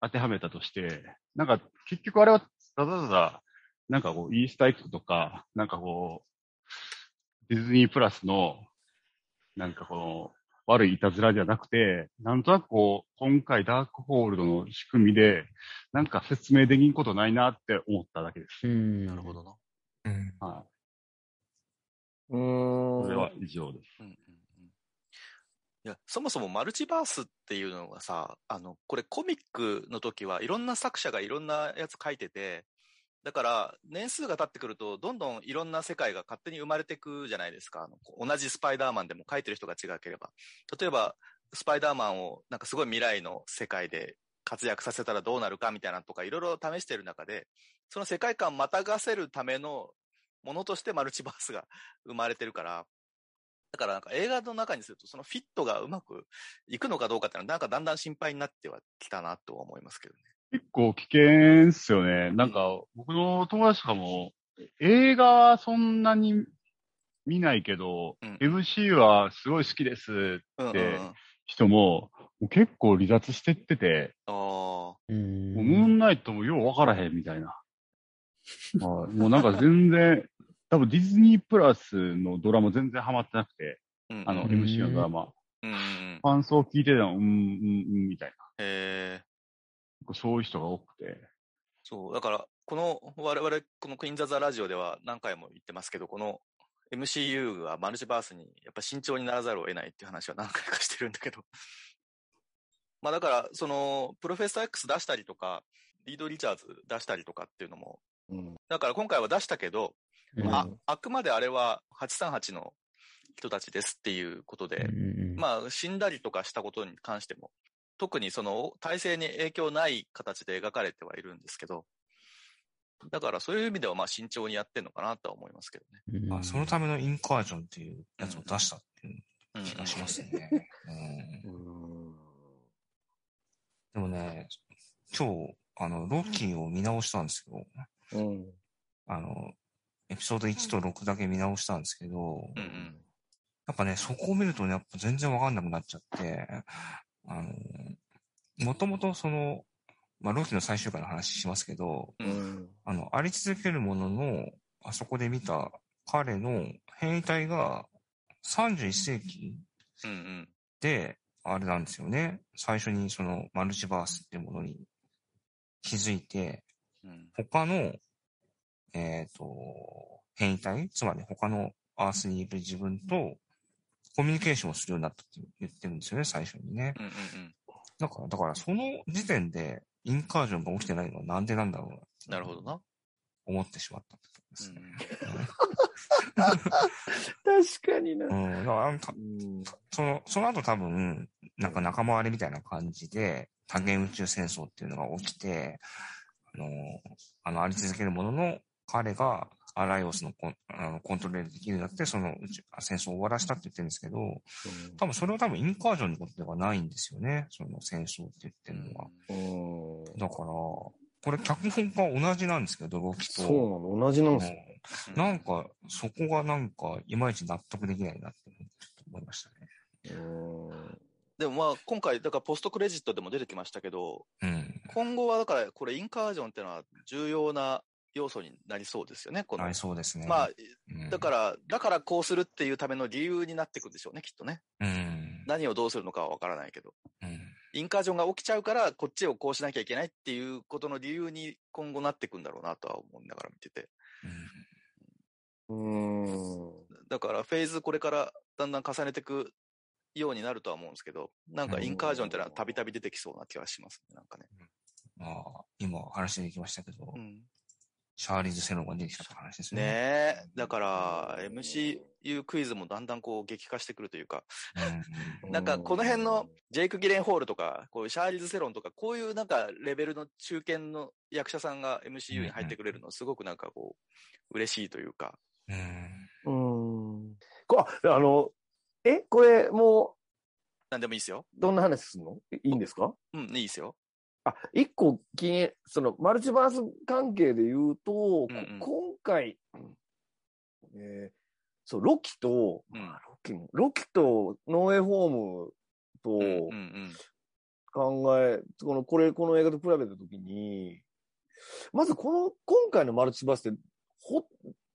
[SPEAKER 5] 当てはめたとして、なんか、結局あれは、ただただ、なんかこう、イースターエッグとか、なんかこう、ディズニープラスの、なんかこの、悪いいたずらじゃなくて、なんとなくこう、今回ダークホールドの仕組みで、なんか説明できんことないなって思っただけです。
[SPEAKER 3] ん。
[SPEAKER 1] なるほど。な。
[SPEAKER 2] うん
[SPEAKER 5] は
[SPEAKER 4] う
[SPEAKER 5] い。
[SPEAKER 4] ーん。
[SPEAKER 5] それは以上です。
[SPEAKER 1] うんうんうんいや、そもそもマルチバースっていうのがさ、あの、これコミックの時はいろんな作者がいろんなやつ書いてて、だから年数が経ってくるとどんどんいろんな世界が勝手に生まれてくじゃないですか。あのこう同じスパイダーマンでも書いてる人が違ければ。例えば、スパイダーマンをなんかすごい未来の世界で活躍させたらどうなるかみたいなのとかいろいろ試してる中で、その世界観またがせるためのものとしてマルチバースが生まれてるから、だからなんか映画の中にするとそのフィットがうまくいくのかどうかっていうのはなんかだんだん心配になってはきたなとは思いますけどね。
[SPEAKER 5] 結構危険っすよね。なんか、僕の友達とかも、映画はそんなに見ないけど、
[SPEAKER 1] うん
[SPEAKER 5] MC はすごい好きです
[SPEAKER 1] うんうん
[SPEAKER 5] で
[SPEAKER 1] うん。あ
[SPEAKER 5] 人も、もう結構離脱してってて、
[SPEAKER 1] あ。
[SPEAKER 3] うん。
[SPEAKER 5] もうムーンナイトもようわからへんみた いな。はいもうなんか全然、多分ディズニープラスのドラマ全然ハマってなくて、
[SPEAKER 1] うん
[SPEAKER 5] あの、
[SPEAKER 1] うん
[SPEAKER 5] MC のドラマ。
[SPEAKER 1] うんうん。
[SPEAKER 5] 感想聞いてたの、うん、うん、うん、みたいな。
[SPEAKER 1] えー
[SPEAKER 5] 結構そういう人が多くて。
[SPEAKER 1] そう。だから、この我々、このクイーンザザラジオでは何回も言ってますけど、この MCU がマルチバースにやっぱ慎重にならざるを得ないっていう話は何回かしてるんだけど。 まあだから、その、プロフェッサー X 出したりとか、リード・リチャーズ出したりとかっていうのも、
[SPEAKER 4] うん
[SPEAKER 1] だから今回は出したけど、
[SPEAKER 3] うん
[SPEAKER 1] あ、あくまであれは838の人たちですっていうことで、
[SPEAKER 3] うん
[SPEAKER 1] まあ、死んだりとかしたことに関しても、特にその体制に影響ない形で描かれてはいるんですけど、だからそういう意味ではまあ慎重にやってんのかなとは思いますけどね。
[SPEAKER 3] うん
[SPEAKER 2] あそのためのインカージョンっていうやつを出したっていう
[SPEAKER 1] うん
[SPEAKER 2] 気がしますね。うん
[SPEAKER 4] うん
[SPEAKER 2] でもね、今日、あの、ロッキーを見直したんですよ。
[SPEAKER 4] うん。
[SPEAKER 2] あの、エピソード1と6だけ見直したんですけど、
[SPEAKER 1] うんうん
[SPEAKER 2] やっぱね、そこを見るとね、やっぱ全然わかんなくなっちゃって、あの、もともとその、まあ、ロッキーの最終回の話しますけど、
[SPEAKER 1] う
[SPEAKER 4] うんん。
[SPEAKER 2] あの、あり続けるものの、あそこで見た彼の変異体が31世紀
[SPEAKER 1] うんうん
[SPEAKER 2] で、あれなんですよね。最初にそのマルチバースっていうものに気づいて、
[SPEAKER 1] うん
[SPEAKER 2] 他の、えっ、と、変異体、つまり他のアースにいる自分とコミュニケーションをするようになったって言ってるんですよね、最初にね。
[SPEAKER 1] うんうん
[SPEAKER 2] だから、だからその時点でインカージョンが起きてないのはなんでなんだろうな。
[SPEAKER 1] なるほどな。
[SPEAKER 2] 思ってしまったってことです
[SPEAKER 1] う
[SPEAKER 2] ね。
[SPEAKER 1] ん
[SPEAKER 4] 確かにな。
[SPEAKER 2] うん。だからあのた
[SPEAKER 4] うん
[SPEAKER 2] その、その後多分、なんか仲間割れみたいな感じで、多元宇宙戦争っていうのが起きて、あの、あの、あり続けるものの、彼がアライオスのコンあのコントロールできるようになって、その宇宙あ戦争を終わらしたって言ってるんですけど、多分それは多分インカージョンのことではないんですよね。その戦争って言ってるのは。
[SPEAKER 4] うん
[SPEAKER 2] だから、これ脚本が同じなんですけど、ロキと。
[SPEAKER 4] そうなの同じなんですよ。
[SPEAKER 1] うん
[SPEAKER 2] なんか、そこがなんか、いまいち納得できないなって、ちょっと思いましたね。
[SPEAKER 1] でもまあ今回、だからポストクレジットでも出てきましたけど、
[SPEAKER 2] うん。
[SPEAKER 1] 今後はだからこれインカージョンってのは重要な要素になりそうですよね、この。
[SPEAKER 2] なりそうですね。
[SPEAKER 1] まあ、
[SPEAKER 2] うん
[SPEAKER 1] だから、だからこうするっていうための理由になってくるでしょうね、きっとね。
[SPEAKER 2] うん。
[SPEAKER 1] 何をどうするのかはわからないけど。
[SPEAKER 2] うん。
[SPEAKER 1] インカージョンが起きちゃうから、こっちをこうしなきゃいけないっていうことの理由に今後なってくんだろうなとは思うんだから見てて。
[SPEAKER 2] うん
[SPEAKER 4] うん。
[SPEAKER 1] だからフェーズこれからだんだん重ねていくようになるとは思うんですけど、なんかインカージョンってのはたびたび出てきそうな気はしますね、なんかね。
[SPEAKER 2] まあ、今お話できましたけど、
[SPEAKER 1] うん、
[SPEAKER 2] シャーリーズ・セロンが出てきたって話ですね。
[SPEAKER 1] ねえ、だから MCU クイズもだんだんこう激化してくるというか、なんかこの辺のジェイク・ギレンホールとか、こういうシャーリーズ・セロンとか、こういうなんかレベルの中堅の役者さんが MCU に入ってくれるのすごくなんかこう、嬉しいというか、
[SPEAKER 2] うん。うん。
[SPEAKER 4] うん。こあ、あの、え、これ、も
[SPEAKER 1] なんでもいいですよ。
[SPEAKER 4] う、どんな話するのいいいんですか
[SPEAKER 1] うん、いいですよ。
[SPEAKER 4] あ、一個気に、その、マルチバース関係で言うと、こ
[SPEAKER 1] うんうん
[SPEAKER 4] 今回、えーそう、ロキと、
[SPEAKER 1] うん
[SPEAKER 4] まあロキも、ロキとノーエホーム
[SPEAKER 1] うん、うん、
[SPEAKER 4] と
[SPEAKER 1] うん。
[SPEAKER 4] 考え、この、これ、この映画と比べたときに、まずこの、今回のマルチバースって、ほ、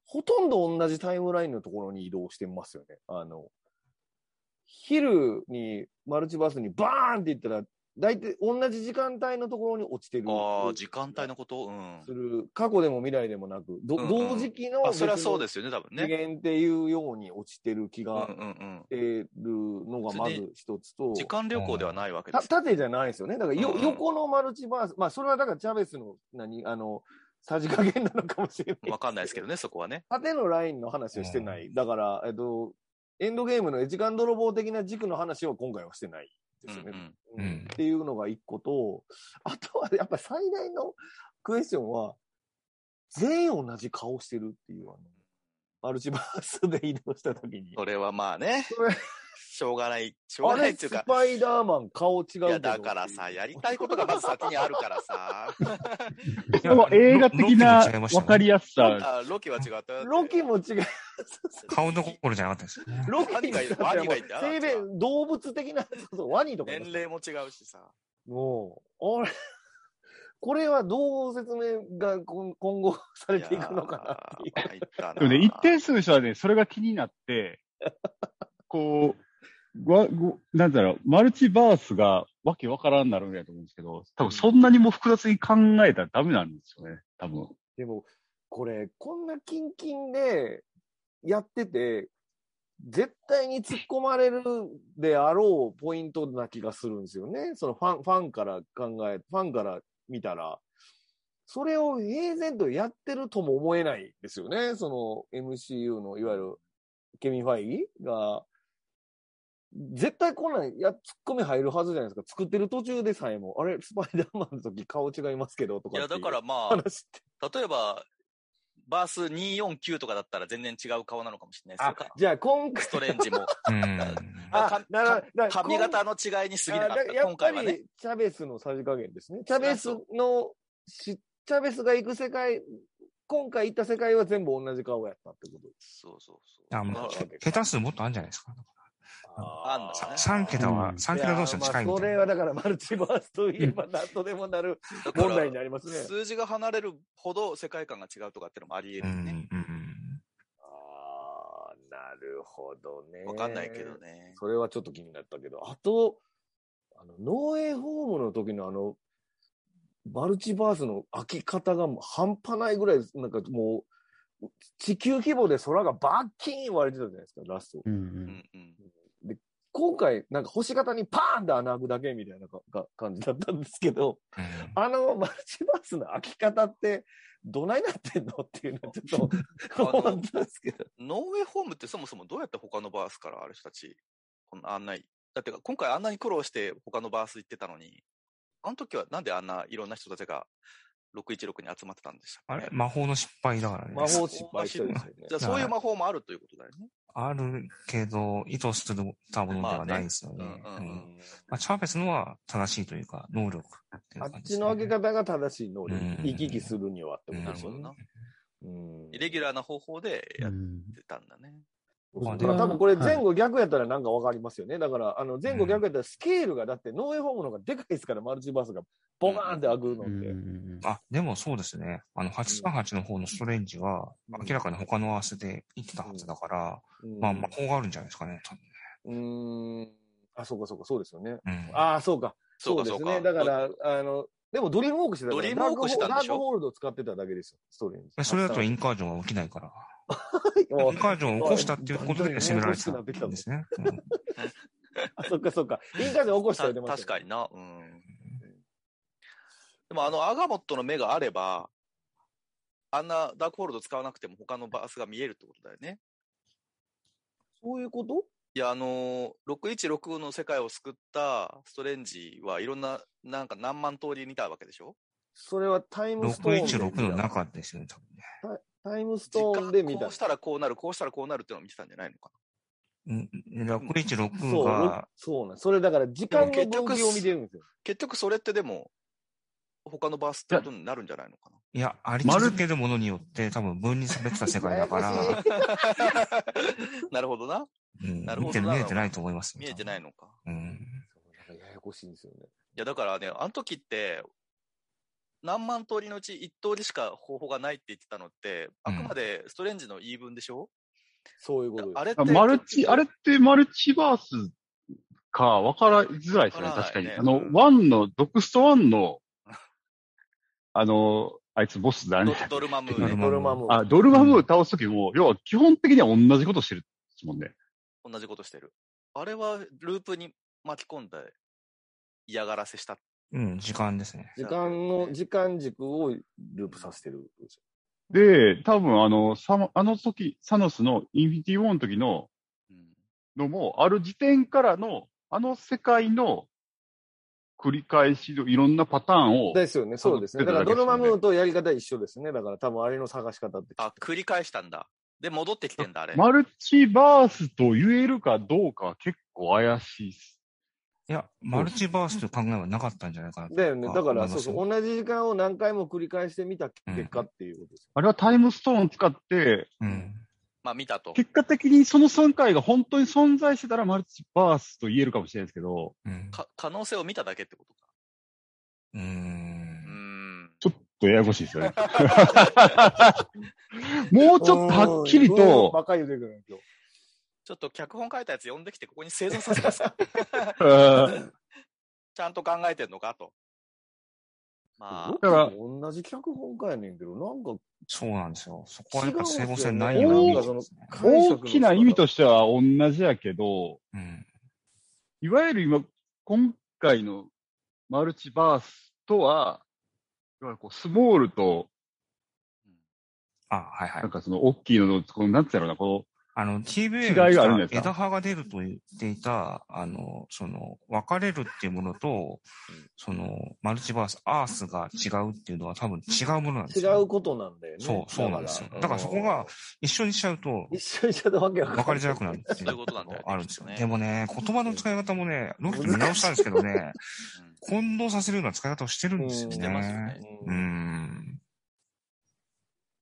[SPEAKER 4] ほとんど同じタイムラインのところに移動してますよね。あの、昼に、マルチバースにバーンって言ったら、大体同じ時間帯のところに落ちてる。
[SPEAKER 1] ああ、時間帯のことうん。
[SPEAKER 4] する、過去でも未来でもなく、ど
[SPEAKER 1] うんうん
[SPEAKER 4] 同時期の
[SPEAKER 1] あ、それはそうですすよね、多分
[SPEAKER 4] 次
[SPEAKER 1] ね。
[SPEAKER 4] 元っていうように落ちてる気
[SPEAKER 1] うんう
[SPEAKER 4] が
[SPEAKER 1] ん
[SPEAKER 4] してるのがまず一つ
[SPEAKER 1] う
[SPEAKER 4] と
[SPEAKER 1] ん。、時間旅行ではないわけで
[SPEAKER 4] た
[SPEAKER 1] す。
[SPEAKER 4] 縦じゃないですよね。だからよ、
[SPEAKER 1] うんうん
[SPEAKER 4] 横のマルチバース、まあそれはだからチャベスの、何、あの、さじ加減なのかもしれない。
[SPEAKER 1] わかんないですけどね、そこはね。
[SPEAKER 4] 縦のラインの話をしてない。だから、えっと、エンドゲームの時間泥棒的な軸の話を今回はしてないですよね。
[SPEAKER 1] うん
[SPEAKER 2] うんうん
[SPEAKER 4] っていうのが一個と、あとはやっぱ最大のクエスチョンは、全員同じ顔してるっていう、あの、マルチバースで移動した時に。
[SPEAKER 1] それはまあね
[SPEAKER 4] それ、
[SPEAKER 1] しょうがない、しょう
[SPEAKER 4] あ
[SPEAKER 1] がない
[SPEAKER 4] れ、
[SPEAKER 1] ってい
[SPEAKER 4] ス
[SPEAKER 1] うか、
[SPEAKER 4] パイダーマン顔違うけ
[SPEAKER 1] い
[SPEAKER 4] ど。
[SPEAKER 1] や、だからさ、やりたいことがまず先にあるから さ。
[SPEAKER 5] これは映画的な
[SPEAKER 2] ロロッキーも違いましたね
[SPEAKER 5] わかりやすさ、
[SPEAKER 1] あロキは違ったよ。
[SPEAKER 4] ロキも違う。
[SPEAKER 2] 顔どころじゃなかったですね。
[SPEAKER 4] ロキ
[SPEAKER 1] ワニ がいるワニがいた
[SPEAKER 4] 性別、動物的な、そうそうワニとかいます
[SPEAKER 1] 年齢も違うしさ。
[SPEAKER 4] もう、あれ、これはどう説明が今今後されていくのかなって
[SPEAKER 1] い
[SPEAKER 4] いう。
[SPEAKER 1] やー参ったな
[SPEAKER 5] でもね、一定数の人はね、それが気に なって、こう、わごなんだろう、マルチバースがわけわからんなるんやと思うんですけど、多分そんなにも複雑に考えたらダメなんですよね、多分。
[SPEAKER 4] でも、これ、こんなキンキンでやってて、絶対に突っ込まれるであろうポイントな気がするんですよね。そのファン、ファンから考え、ファンから見たら。それを平然とやってるとも思えないですよね。その MCU の、いわゆるケミン・ファイギが、絶対こんなん、いや、突っ込み入るはずじゃないですか。作ってる途中でさえも、あれ、スパイダーマンの時顔違いますけど、と
[SPEAKER 1] い
[SPEAKER 4] か
[SPEAKER 1] や、
[SPEAKER 4] ってい
[SPEAKER 1] だ
[SPEAKER 4] う
[SPEAKER 1] からまあ、
[SPEAKER 4] 話って。
[SPEAKER 1] 例えば、バース249とかだったら全然違う顔なのかもしれないですよか。
[SPEAKER 4] じゃあ、今回
[SPEAKER 1] ス、トレンジも。
[SPEAKER 2] うん。
[SPEAKER 1] あ
[SPEAKER 4] あ
[SPEAKER 1] か
[SPEAKER 4] なるほどだから
[SPEAKER 1] 髪型の違いに過ぎなか
[SPEAKER 4] あだ
[SPEAKER 1] っ
[SPEAKER 4] ら
[SPEAKER 1] た。
[SPEAKER 4] や
[SPEAKER 1] 今
[SPEAKER 4] っぱ
[SPEAKER 1] 回はね。
[SPEAKER 4] り、チャベスのさじ加減ですね。チャベスのし、チャベスが行く世界、今回行った世界は全部同じ顔やったってことです。
[SPEAKER 1] そうそうそう。
[SPEAKER 2] あも
[SPEAKER 1] だ
[SPEAKER 2] う
[SPEAKER 1] か
[SPEAKER 2] け下手数もっとあるんじゃないですか。
[SPEAKER 1] あんのさ
[SPEAKER 2] 3桁は
[SPEAKER 5] う、ん
[SPEAKER 2] 3桁同士の近い
[SPEAKER 4] いやま
[SPEAKER 2] み
[SPEAKER 4] あそ
[SPEAKER 2] たい
[SPEAKER 4] れ
[SPEAKER 2] な。
[SPEAKER 4] はだから、マルチバースといえば何とでもなる
[SPEAKER 1] らだから
[SPEAKER 4] 問題になりますね。
[SPEAKER 1] 数字が離れるほど世界観が違うとかってのもあり
[SPEAKER 2] う
[SPEAKER 1] 得るよね。
[SPEAKER 2] ん。うん
[SPEAKER 4] ああ、なるほどね。
[SPEAKER 1] わかんないけど。ね。
[SPEAKER 4] それはちょっと気になったけど、あと、あの、ノーエイホームの時のあの、マルチバースの開き方がもう半端ないぐらい、なんかもう、地球規模で空がバッキーン割れてたじゃないですか、ラスト。
[SPEAKER 3] うんう。
[SPEAKER 1] うんんうん。
[SPEAKER 4] 今回、なんか星型にパーンって穴開くだけみたいなかか感じだったんですけど、
[SPEAKER 2] うん
[SPEAKER 4] あのマルチバースの開き方って、どないなってんのっていうのはちょっと
[SPEAKER 1] あの
[SPEAKER 4] 思ったんですけど。
[SPEAKER 1] ノーウェイホームってそもそもどうやって他のバースからある人たち、この案内、だってか今回あんなに苦労して他のバース行ってたのに、あの時はなんであんないろんな人たちが616に集まってたんでした
[SPEAKER 2] あ
[SPEAKER 1] っ
[SPEAKER 2] れ
[SPEAKER 1] け
[SPEAKER 2] 魔法の失敗だからね。
[SPEAKER 4] 魔法失敗したんですよね
[SPEAKER 1] じゃ。あそういう魔法もあるということだよね。
[SPEAKER 2] あるけど、意図するたものではないですよね。
[SPEAKER 1] まあねうんうんうん
[SPEAKER 2] うんまあチャーベスのは正しいというか、能力っていう
[SPEAKER 4] あっ
[SPEAKER 2] 感じで
[SPEAKER 4] ち
[SPEAKER 2] すね
[SPEAKER 4] の開け方が正しい能力
[SPEAKER 2] うん。
[SPEAKER 4] 行き来するにはってこ
[SPEAKER 2] うん
[SPEAKER 4] と
[SPEAKER 1] な
[SPEAKER 4] で
[SPEAKER 1] る
[SPEAKER 4] す
[SPEAKER 1] ほ
[SPEAKER 4] よ
[SPEAKER 1] ど
[SPEAKER 4] ね
[SPEAKER 1] な。。
[SPEAKER 4] うん
[SPEAKER 1] イレギュラーな方法で
[SPEAKER 3] う
[SPEAKER 1] やっ
[SPEAKER 3] ん
[SPEAKER 1] てたんだね。
[SPEAKER 2] まあ
[SPEAKER 4] だから多分これ前
[SPEAKER 3] はい
[SPEAKER 4] 後逆やったらなんかわかりますよね。だから、あの前後逆やったらスケールが、だってノーエフォームの方がでかいですから、マルチバースがボカーンって開くの
[SPEAKER 3] う
[SPEAKER 4] っ
[SPEAKER 3] んうん
[SPEAKER 4] て。
[SPEAKER 3] うん
[SPEAKER 2] あ、でもそうですね。あの、838の方のストレンジは、
[SPEAKER 4] うん
[SPEAKER 2] 明らかに他の合わせで生きたはずだから、
[SPEAKER 4] うん
[SPEAKER 2] まあ、魔法があるんじゃないですかね。多分
[SPEAKER 4] うーん。あ、そうかそうか、そうですよね。
[SPEAKER 2] うん。
[SPEAKER 4] ああ、そうか。
[SPEAKER 1] そうか
[SPEAKER 4] で
[SPEAKER 1] そう
[SPEAKER 4] す
[SPEAKER 1] か。
[SPEAKER 4] ね。だから、あの、でもドリームウォークしてたから
[SPEAKER 1] ドリームウォークしてたんでしょ
[SPEAKER 4] ダークホールドを使ってただけですよ、ストーリーに
[SPEAKER 2] でそれだと インカージョンは起きないから。
[SPEAKER 4] もう
[SPEAKER 2] インカージョンを起こしたっていうことで責められてたんですね。うん
[SPEAKER 4] あそっかそっか。インカージョン起こしたら出
[SPEAKER 1] た
[SPEAKER 4] ます
[SPEAKER 1] 確か
[SPEAKER 4] よ
[SPEAKER 1] にな。うん。でもあの、アガモットの目があれば、あんなダークホールド使わなくても他のバースが見えるってことだよね。
[SPEAKER 4] そういうこと
[SPEAKER 1] いや、あのー、616の世界を救ったストレンジはいろんな、なんか何万通り見たわけでしょ
[SPEAKER 4] それはタイムストーンで見た。
[SPEAKER 2] 616の中ですよね、多分ね。
[SPEAKER 4] タイムストーンで見
[SPEAKER 1] こ
[SPEAKER 4] た
[SPEAKER 1] うし。たらこうなる、こうしたらこうなるっていうのを見てたんじゃないのか
[SPEAKER 2] うん616
[SPEAKER 4] そう
[SPEAKER 2] が、、
[SPEAKER 4] そうなん。それだから時間の分岐を見てるんですよ。
[SPEAKER 1] 結局それってでも、他のバースってことになるんじゃないのかない
[SPEAKER 2] や、あり続けるものによって多分分離されてた世界だか
[SPEAKER 4] やや
[SPEAKER 2] ら
[SPEAKER 4] こ、しい
[SPEAKER 1] な るほどな。
[SPEAKER 2] うん
[SPEAKER 1] なるほど
[SPEAKER 2] 見てる見えてないと思いますよ。
[SPEAKER 1] 見えてないのか。
[SPEAKER 2] うん。
[SPEAKER 4] なんかややこしいんですよね。
[SPEAKER 1] いや、だからね、あの時って、何万通りのうち1通りしか方法がないって言ってたのって、あくまでストレンジの言い分でしょ、
[SPEAKER 4] そういうことです。
[SPEAKER 1] あれって
[SPEAKER 5] あ。マルチ、あれってマルチバースか、わからづらいですね、
[SPEAKER 1] わから
[SPEAKER 5] 確
[SPEAKER 1] な
[SPEAKER 5] か
[SPEAKER 1] い
[SPEAKER 5] に。
[SPEAKER 1] ね
[SPEAKER 5] あの、ワンの、ドクストワンの、あの、あいつボスだ
[SPEAKER 1] ド
[SPEAKER 5] ね。
[SPEAKER 1] ドルマム
[SPEAKER 2] ド
[SPEAKER 1] ー
[SPEAKER 2] ルマ
[SPEAKER 1] ね。
[SPEAKER 4] ドルマム。
[SPEAKER 5] あ、ドルマムー倒すときも、要は基本的には同じことしてるんですもんね。
[SPEAKER 1] 同じことしてる。あれはループに巻き込んだ嫌がらせした。
[SPEAKER 2] うん、時間ですね。
[SPEAKER 4] 時間の、時間軸をループさせてる。
[SPEAKER 5] で、多分あの、サノあの時、サノスのインフィニティウォーの時の、
[SPEAKER 1] うん
[SPEAKER 5] のも、ある時点からの、あの世界の繰り返しのいろんなパターンを、
[SPEAKER 4] ですよね。そうですね。だからドルマムーとやり方一緒ですね。だから多分あれの探し方って。
[SPEAKER 1] あ、繰り返したんだ。で、戻ってきてんだ、あれ。
[SPEAKER 5] マルチバースと言えるかどうかは結構怪しいっす。
[SPEAKER 2] いや、マルチバースという考えはなかったんじゃないかなと。
[SPEAKER 4] だよね。だから、そうそう。
[SPEAKER 2] う。
[SPEAKER 4] 同じ時間を何回も繰り返してみた結果っていうことです。
[SPEAKER 5] あれはタイムストーンを使って、
[SPEAKER 2] うん。
[SPEAKER 1] まあ見たと。
[SPEAKER 5] 結果的にその3回が本当に存在してたらマルチバースと言えるかもしれないですけど、
[SPEAKER 2] うん。
[SPEAKER 1] か可能性を見ただけってことか。
[SPEAKER 2] うー。
[SPEAKER 1] うんん。
[SPEAKER 5] ちょっとややこし いですよね。もうちょっとはっきり
[SPEAKER 4] おー
[SPEAKER 5] と、
[SPEAKER 4] バカ言うてくるんですよ。
[SPEAKER 1] ちょっと脚本書いたやつ呼んできて、ここに生存させますか
[SPEAKER 5] うん
[SPEAKER 1] ちゃんと考えてんのかと。まあ
[SPEAKER 5] だから
[SPEAKER 4] 同じ脚本家やねんけど、なんか、
[SPEAKER 2] そうなんですよ。そこはやっぱ整合性ない
[SPEAKER 5] 違
[SPEAKER 2] よ
[SPEAKER 5] うん
[SPEAKER 2] う
[SPEAKER 5] で
[SPEAKER 2] な気
[SPEAKER 4] よ
[SPEAKER 5] す
[SPEAKER 2] がしますね。
[SPEAKER 5] 大きな意味としては同じやけど、
[SPEAKER 2] うん。
[SPEAKER 5] いわゆる今、今回のマルチバースとは、いわゆるこうスモールと、
[SPEAKER 2] あ、はいはい
[SPEAKER 5] なん。かその大きいのの、このなんていうのかな、こ
[SPEAKER 2] あの、
[SPEAKER 5] 違いがあるんじゃないで
[SPEAKER 2] TVA
[SPEAKER 5] すか
[SPEAKER 2] 枝葉が出ると言っていた、あの、その、分かれるっていうものと、その、マルチバース、アースが違うっていうのは多分違うものなんです
[SPEAKER 4] 違
[SPEAKER 2] よ。
[SPEAKER 4] うことなんだよね。
[SPEAKER 2] そうそうなんですよだからそこが、一緒にしちゃうと、
[SPEAKER 4] 一緒にしちゃったわけわかんない
[SPEAKER 2] 分かりづらくなるってい
[SPEAKER 1] そういう
[SPEAKER 2] う
[SPEAKER 1] こ
[SPEAKER 2] こと
[SPEAKER 1] なんだよね
[SPEAKER 2] とあるんですよ
[SPEAKER 1] きっ
[SPEAKER 2] ね。
[SPEAKER 1] とね
[SPEAKER 2] でもね、言葉の使い方もね、ロフト見直したんですけど ね、
[SPEAKER 1] うん
[SPEAKER 2] 混同させるような使い方をしてるんですよ
[SPEAKER 4] うん
[SPEAKER 2] ね。
[SPEAKER 1] してますよね
[SPEAKER 2] う
[SPEAKER 4] うん
[SPEAKER 2] ん。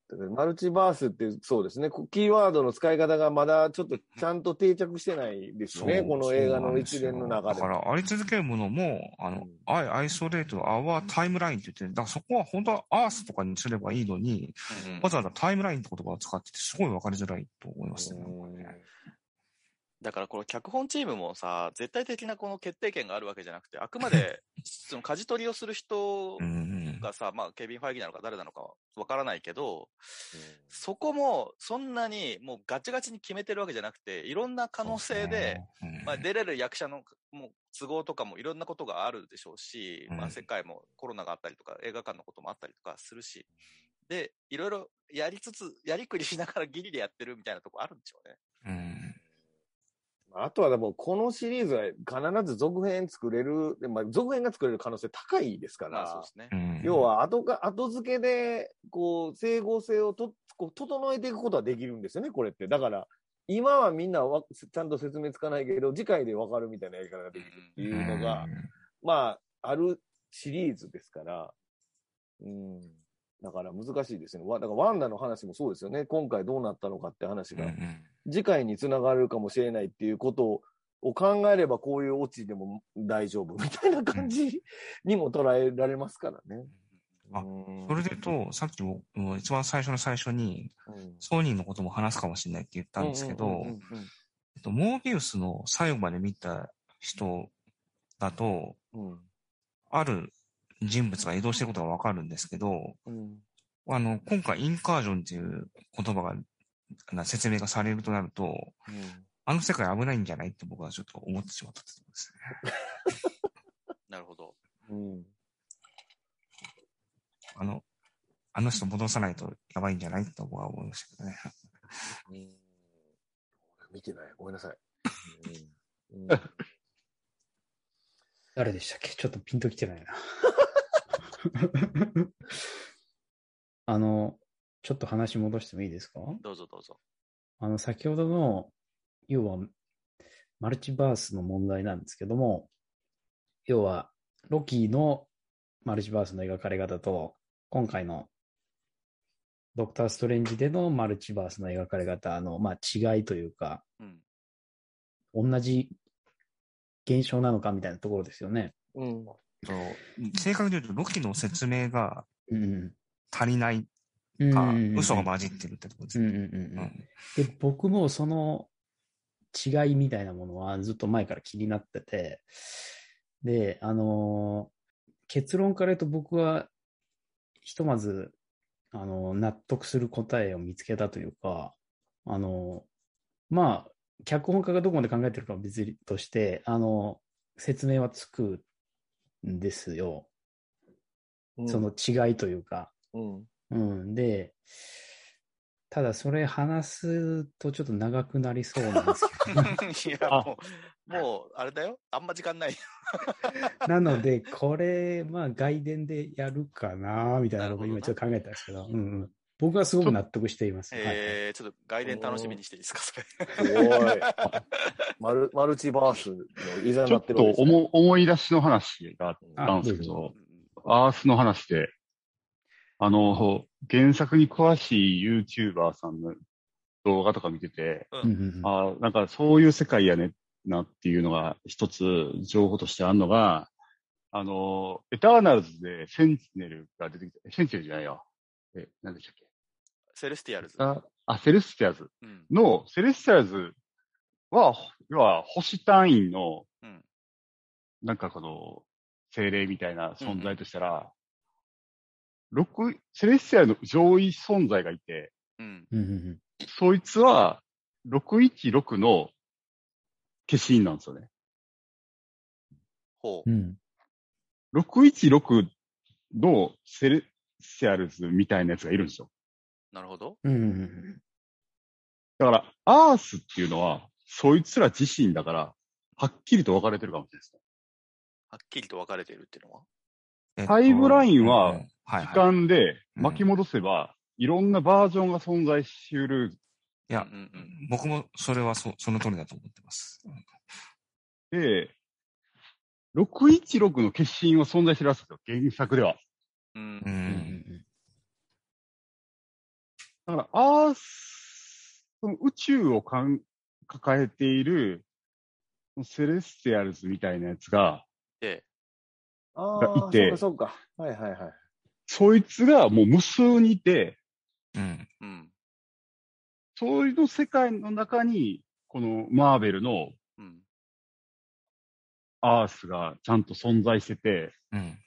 [SPEAKER 4] だからマルチバースってそうですね、こキーワードの使い方がまだちょっとちゃんと定着してないですよね、この映画の一連の中で。
[SPEAKER 2] そうなんすよだから、あり続けるものも、あの、アイ、アイソレート、アワータイムラインって言って、だからそこは本当はアースとかにすればいいのに、
[SPEAKER 1] うん
[SPEAKER 2] わざわざタイムラインって言葉を使ってて、すごいわかりづらいと思いますね。
[SPEAKER 1] だからこの脚本チームもさ、絶対的なこの決定権があるわけじゃなくて、あくまで、その舵取りをする人
[SPEAKER 2] うんうん。
[SPEAKER 1] がさ、まあ、ケビン・ファイギーなのか誰なのかわからないけど、そこもそんなにもうガチガチに決めてるわけじゃなくて、いろんな可能性で、
[SPEAKER 2] うん、
[SPEAKER 1] まあ、出れる役者のもう都合とかもいろんなことがあるでしょうし、
[SPEAKER 2] うん
[SPEAKER 1] まあ、世界もコロナがあったりとか、映画館のこともあったりとかするし、で、いろいろやりつつ、やりくりしながらギリでやってるみたいなとこあるんでしょうね。
[SPEAKER 2] うん。
[SPEAKER 4] あとはでも、このシリーズは必ず続編作れる、でまあ、続編が作れる可能性高いですから、
[SPEAKER 1] まあ、そうですね
[SPEAKER 2] う。ん
[SPEAKER 4] 要、は後か後付けでこう整合性をとこう整えていくことはできるんですよね、これって。だから今はみんなわちゃんと説明つかないけど、次回でわかるみたいなやり方ができるっていうのが、まあ、あるシリーズですから、うん。だから難しいですよね。わだからワンダの話もそうですよね。今回どうなったのかって話
[SPEAKER 2] うん、う
[SPEAKER 4] が
[SPEAKER 2] ん
[SPEAKER 4] 次回につながるかもしれないっていうことを考えれば、こういうオチでも大丈夫みたいな感じにも捉えられますからね。
[SPEAKER 2] あ
[SPEAKER 4] うん
[SPEAKER 2] それで言うと、さっきも、うん一番最初の最初に、
[SPEAKER 4] うん
[SPEAKER 2] ソニーのことも話すかもしれないって言ったんですけど、
[SPEAKER 4] うんうんうんうん
[SPEAKER 2] えっと、モービウスの最後まで見た人だと、
[SPEAKER 4] うん
[SPEAKER 2] ある人物が移動してることがわかるんですけど、
[SPEAKER 4] うん
[SPEAKER 2] あの、今回インカージョンっていう言葉が、な説明がされるとなると、あの世界危ないんじゃないって僕はちょっと思ってしまったってことですね。
[SPEAKER 1] なるほど。
[SPEAKER 4] うんうん
[SPEAKER 2] あの、あの人戻さないとやばいんじゃないって僕は思いましたけどね。
[SPEAKER 4] 見てない。ごめんなさい。うん
[SPEAKER 3] 誰でしたっけちょっとピンときてないな。 あの、ちょっと話戻してもいいですか
[SPEAKER 1] どうぞどうぞ。
[SPEAKER 3] あの、先ほどの、要は、マルチバースの問題なんですけども、要は、ロキのマルチバースの描かれ方と、今回のドクター・ストレンジでのマルチバースの描かれ方の、まあ、違いというか、
[SPEAKER 1] うん。
[SPEAKER 3] 同じ現象なのかみたいなところですよね。
[SPEAKER 4] うん
[SPEAKER 2] そう正確に言うと、ロキの説明が
[SPEAKER 3] うん
[SPEAKER 2] 足りない
[SPEAKER 3] うん。
[SPEAKER 2] か、
[SPEAKER 3] うん
[SPEAKER 2] 嘘が混じってるってことです
[SPEAKER 3] うん
[SPEAKER 2] ね。
[SPEAKER 3] うんうん
[SPEAKER 2] う
[SPEAKER 3] うんん。で、僕もその違いみたいなものはずっと前から気になってて、で、あのー結論から言うと僕は、ひとまず、あのー納得する答えを見つけたというか、あのーまあ、脚本家がどこまで考えてるかは別にとして、あのー説明はつくんですよ。
[SPEAKER 4] うん
[SPEAKER 3] その違いというか。
[SPEAKER 4] うん
[SPEAKER 3] うん、で、ただそれ話すとちょっと長くなりそうなん ですけど、
[SPEAKER 1] いや、もう、もう、あれだよ。あんま時間ない。
[SPEAKER 3] なので、これ、まあ、外伝でやるかな、みたいなことを今ちょっと考えたんですけど、うんうん、僕はすごく納得しています。はい
[SPEAKER 1] えー、ちょっと外伝楽しみにしていいですか、それ。
[SPEAKER 4] すごい。マルマルチバースのいざ
[SPEAKER 5] ちょ
[SPEAKER 4] なっ
[SPEAKER 5] ってと
[SPEAKER 4] るわけですね
[SPEAKER 5] 思思い出しの話があったんですけ
[SPEAKER 3] あど
[SPEAKER 5] ど
[SPEAKER 1] う、ん
[SPEAKER 5] アースの話で、あの、原作に詳しい YouTuber さんの動画とか見てて、
[SPEAKER 3] うんうんうん
[SPEAKER 5] あーなんかそういう世界やねなっていうのが一つ情報としてあるのが、あの、エターナルズでセンチネルが出てきた、センチネルじゃないよ。え、なんでしたっけ
[SPEAKER 1] セルスティアルズ。
[SPEAKER 5] ああ、セレスティアズ
[SPEAKER 1] うん。
[SPEAKER 5] の、セレスティアズは、要は星単位の、
[SPEAKER 1] うん
[SPEAKER 5] なんかこの、精霊みたいな存在としたら、六セレスティアルの上位存在がいて、
[SPEAKER 1] うん。
[SPEAKER 3] うんうん
[SPEAKER 5] そいつは、616の化身なんですよね。
[SPEAKER 1] ほう。
[SPEAKER 3] うん
[SPEAKER 5] 616のセレシアルズみたいなやつがいるんですよ。
[SPEAKER 1] なるほど。
[SPEAKER 3] うんうん
[SPEAKER 5] だから、アースっていうのは、そいつら自身だから、はっきりと分かれてるかもしれないですね。
[SPEAKER 1] はっきりと分かれているっていうのは。
[SPEAKER 2] えっと
[SPEAKER 5] タイムラインは
[SPEAKER 2] うんうんはい
[SPEAKER 5] 時
[SPEAKER 2] はい。
[SPEAKER 5] 間で巻き戻せば、いろんなバージョンが存在しうる。
[SPEAKER 2] いや
[SPEAKER 1] うんうんうん。
[SPEAKER 2] 僕もそれはそその通りだと思ってます。
[SPEAKER 5] で、616の決心は存在してるらしいですよ。原作では。
[SPEAKER 1] うん
[SPEAKER 2] う。
[SPEAKER 3] うんうんん
[SPEAKER 5] だから、アース、その宇宙をかん抱えている、セレスティアルズみたいなやつが、
[SPEAKER 1] で、
[SPEAKER 4] あ
[SPEAKER 5] が
[SPEAKER 4] あ、
[SPEAKER 5] い
[SPEAKER 4] そ
[SPEAKER 5] て
[SPEAKER 4] うかそうか。はいはいはい。
[SPEAKER 5] そいつがもう無数にいて、
[SPEAKER 2] うん。
[SPEAKER 1] うん。
[SPEAKER 5] そういうの世界の中に、このマーベルの
[SPEAKER 1] うん。
[SPEAKER 5] アースがちゃんと存在してて、
[SPEAKER 2] うん。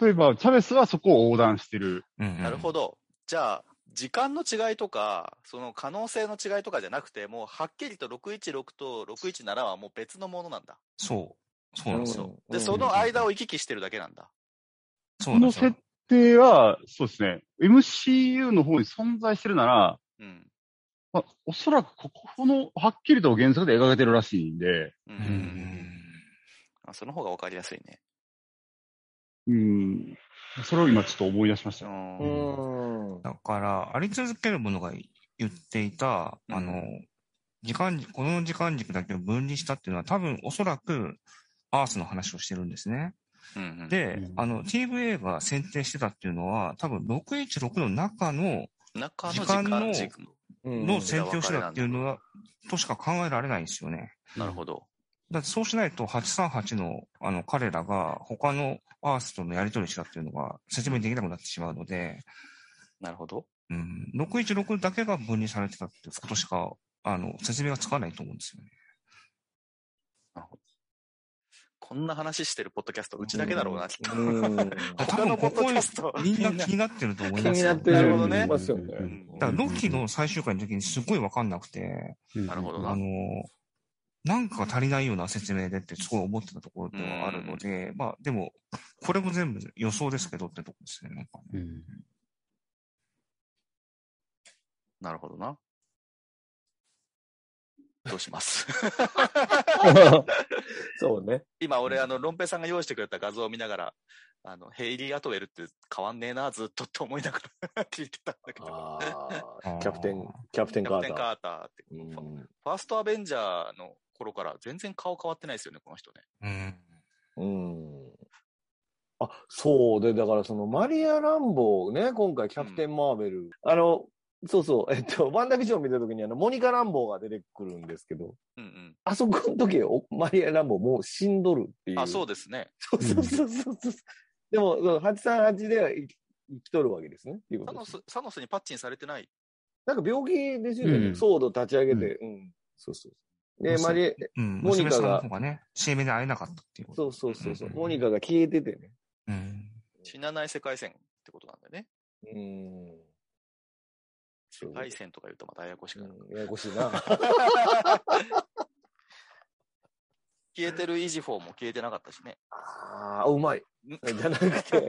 [SPEAKER 5] 例えば、チャベスはそこを横断してる。
[SPEAKER 2] うん。
[SPEAKER 1] なるほ
[SPEAKER 2] ど。
[SPEAKER 1] ど。じゃあ、時間の違いとか、その可能性の違いとかじゃなくて、もうはっきりと616と617はもう別のものなんだ。
[SPEAKER 2] そう。そうなんですよ。
[SPEAKER 1] で、その間を行き来してるだけなんだ。
[SPEAKER 2] そう
[SPEAKER 5] こ
[SPEAKER 2] なん
[SPEAKER 5] の
[SPEAKER 2] ですよ
[SPEAKER 5] 設。定は、そうですね、MCU の方に存在してるなら、
[SPEAKER 1] うん。
[SPEAKER 5] まあ、おそらくここの、はっきりと原作で描けてるらしいんで、
[SPEAKER 1] うん。う
[SPEAKER 2] うん
[SPEAKER 1] う
[SPEAKER 2] んうんん
[SPEAKER 1] うんあその方が分かりやすいね。
[SPEAKER 5] うん。それを今ちょっと思い出しました
[SPEAKER 1] う
[SPEAKER 5] よ。
[SPEAKER 1] ん
[SPEAKER 4] う。ん。
[SPEAKER 2] だから、あり続けるものが言っていた、
[SPEAKER 1] うん
[SPEAKER 2] あの、時間軸、この時間軸だけを分離したっていうのは多分おそらくアースの話をしてるんですね。
[SPEAKER 1] うんうん、
[SPEAKER 2] で、
[SPEAKER 3] うん
[SPEAKER 2] あの、TVA が選定してたっていうのは多分616の中の
[SPEAKER 1] 中の時
[SPEAKER 2] 時間
[SPEAKER 1] 間
[SPEAKER 2] の
[SPEAKER 1] 軸。
[SPEAKER 4] うん
[SPEAKER 2] の選挙手段っていうのは、としか考えられないんですよね。
[SPEAKER 1] なるほど。
[SPEAKER 2] だってそうしないと838のあの彼らが他のアースとのやり取りしたっていうのが説明できなくなってしまうので、
[SPEAKER 1] なるほど。
[SPEAKER 2] うん、616だけが分離されてたってことしか、あの、説明がつかないと思うんですよね。
[SPEAKER 1] こんな話してるポッドキャスト、うちだけだろうな、きっと。
[SPEAKER 4] うん
[SPEAKER 1] 他のポッドキャスト。
[SPEAKER 2] みんな気になってると思い
[SPEAKER 4] 気
[SPEAKER 2] ます
[SPEAKER 4] に
[SPEAKER 2] よ
[SPEAKER 4] なって
[SPEAKER 1] な
[SPEAKER 4] る
[SPEAKER 1] るほどね
[SPEAKER 4] ますよ
[SPEAKER 5] う
[SPEAKER 4] ね。
[SPEAKER 5] ん
[SPEAKER 2] だから、ロッキーの最終回の時にすごいわかんなくて、
[SPEAKER 1] なるほど
[SPEAKER 2] あの、なんか足りないような説明でってすごい思ってたところではあるので、まあでも、これも全部予想ですけどってとこですね、なんかね。
[SPEAKER 3] うん。
[SPEAKER 1] なるほどな。どうします
[SPEAKER 4] そうね。
[SPEAKER 1] 今、俺、あの、ロンペイさんが用意してくれた画像を見ながら、あの、ヘイリー・アトウェルって変わんねえな、ずっとって思いながら聞いてたんだけど。
[SPEAKER 4] あーキャプテン、キャプテン
[SPEAKER 1] キ
[SPEAKER 4] カ
[SPEAKER 1] ャ
[SPEAKER 4] ー
[SPEAKER 1] プテン・
[SPEAKER 4] ター。
[SPEAKER 1] カーターって、ファ
[SPEAKER 4] う
[SPEAKER 1] ファースト・アベンジャーの頃から全然顔変わってないですよね、この人ね。
[SPEAKER 2] うん。
[SPEAKER 4] ん。うんあ、そうで、だからそのマリア・ランボーね、今回キャプテン・マーベル。あの、そうそう、えっと、ワンダビジョン見た時にあの、モニカ・ランボーが出てくるんですけど、
[SPEAKER 1] うん
[SPEAKER 4] あそこの時、おマリア・ランボーもう死んどるってい
[SPEAKER 1] うん。
[SPEAKER 4] う。
[SPEAKER 1] あ、そう
[SPEAKER 4] う。
[SPEAKER 1] ですね。
[SPEAKER 4] そうそうそうそう。でも、その838では生き生きとるわけですね。っていうこ
[SPEAKER 1] サ
[SPEAKER 4] とで
[SPEAKER 1] ノ
[SPEAKER 4] す
[SPEAKER 1] ス、サノスにパッチンされてない。
[SPEAKER 4] なんか病気ですよね。
[SPEAKER 3] うん
[SPEAKER 4] ソード立ち上げて。うん。そうそう。で、
[SPEAKER 2] そう
[SPEAKER 4] マリエ、
[SPEAKER 2] うん、
[SPEAKER 4] モニ
[SPEAKER 2] 娘
[SPEAKER 4] カ
[SPEAKER 2] さん
[SPEAKER 4] が
[SPEAKER 2] の方がね、CM で会えなかったっていうこと。
[SPEAKER 4] そうそうそうそう。
[SPEAKER 2] うん
[SPEAKER 4] モニカが消えててね。
[SPEAKER 2] うん。
[SPEAKER 1] 死なない世界線ってことなんだよね。
[SPEAKER 4] うん。そう
[SPEAKER 1] 世界線とか言うとまたややこしくなる。
[SPEAKER 4] うんややこしいな。
[SPEAKER 1] 消えてるイージフォーも消えてなかったしね。
[SPEAKER 4] ああ、うまい。
[SPEAKER 1] ん
[SPEAKER 4] じゃなく て、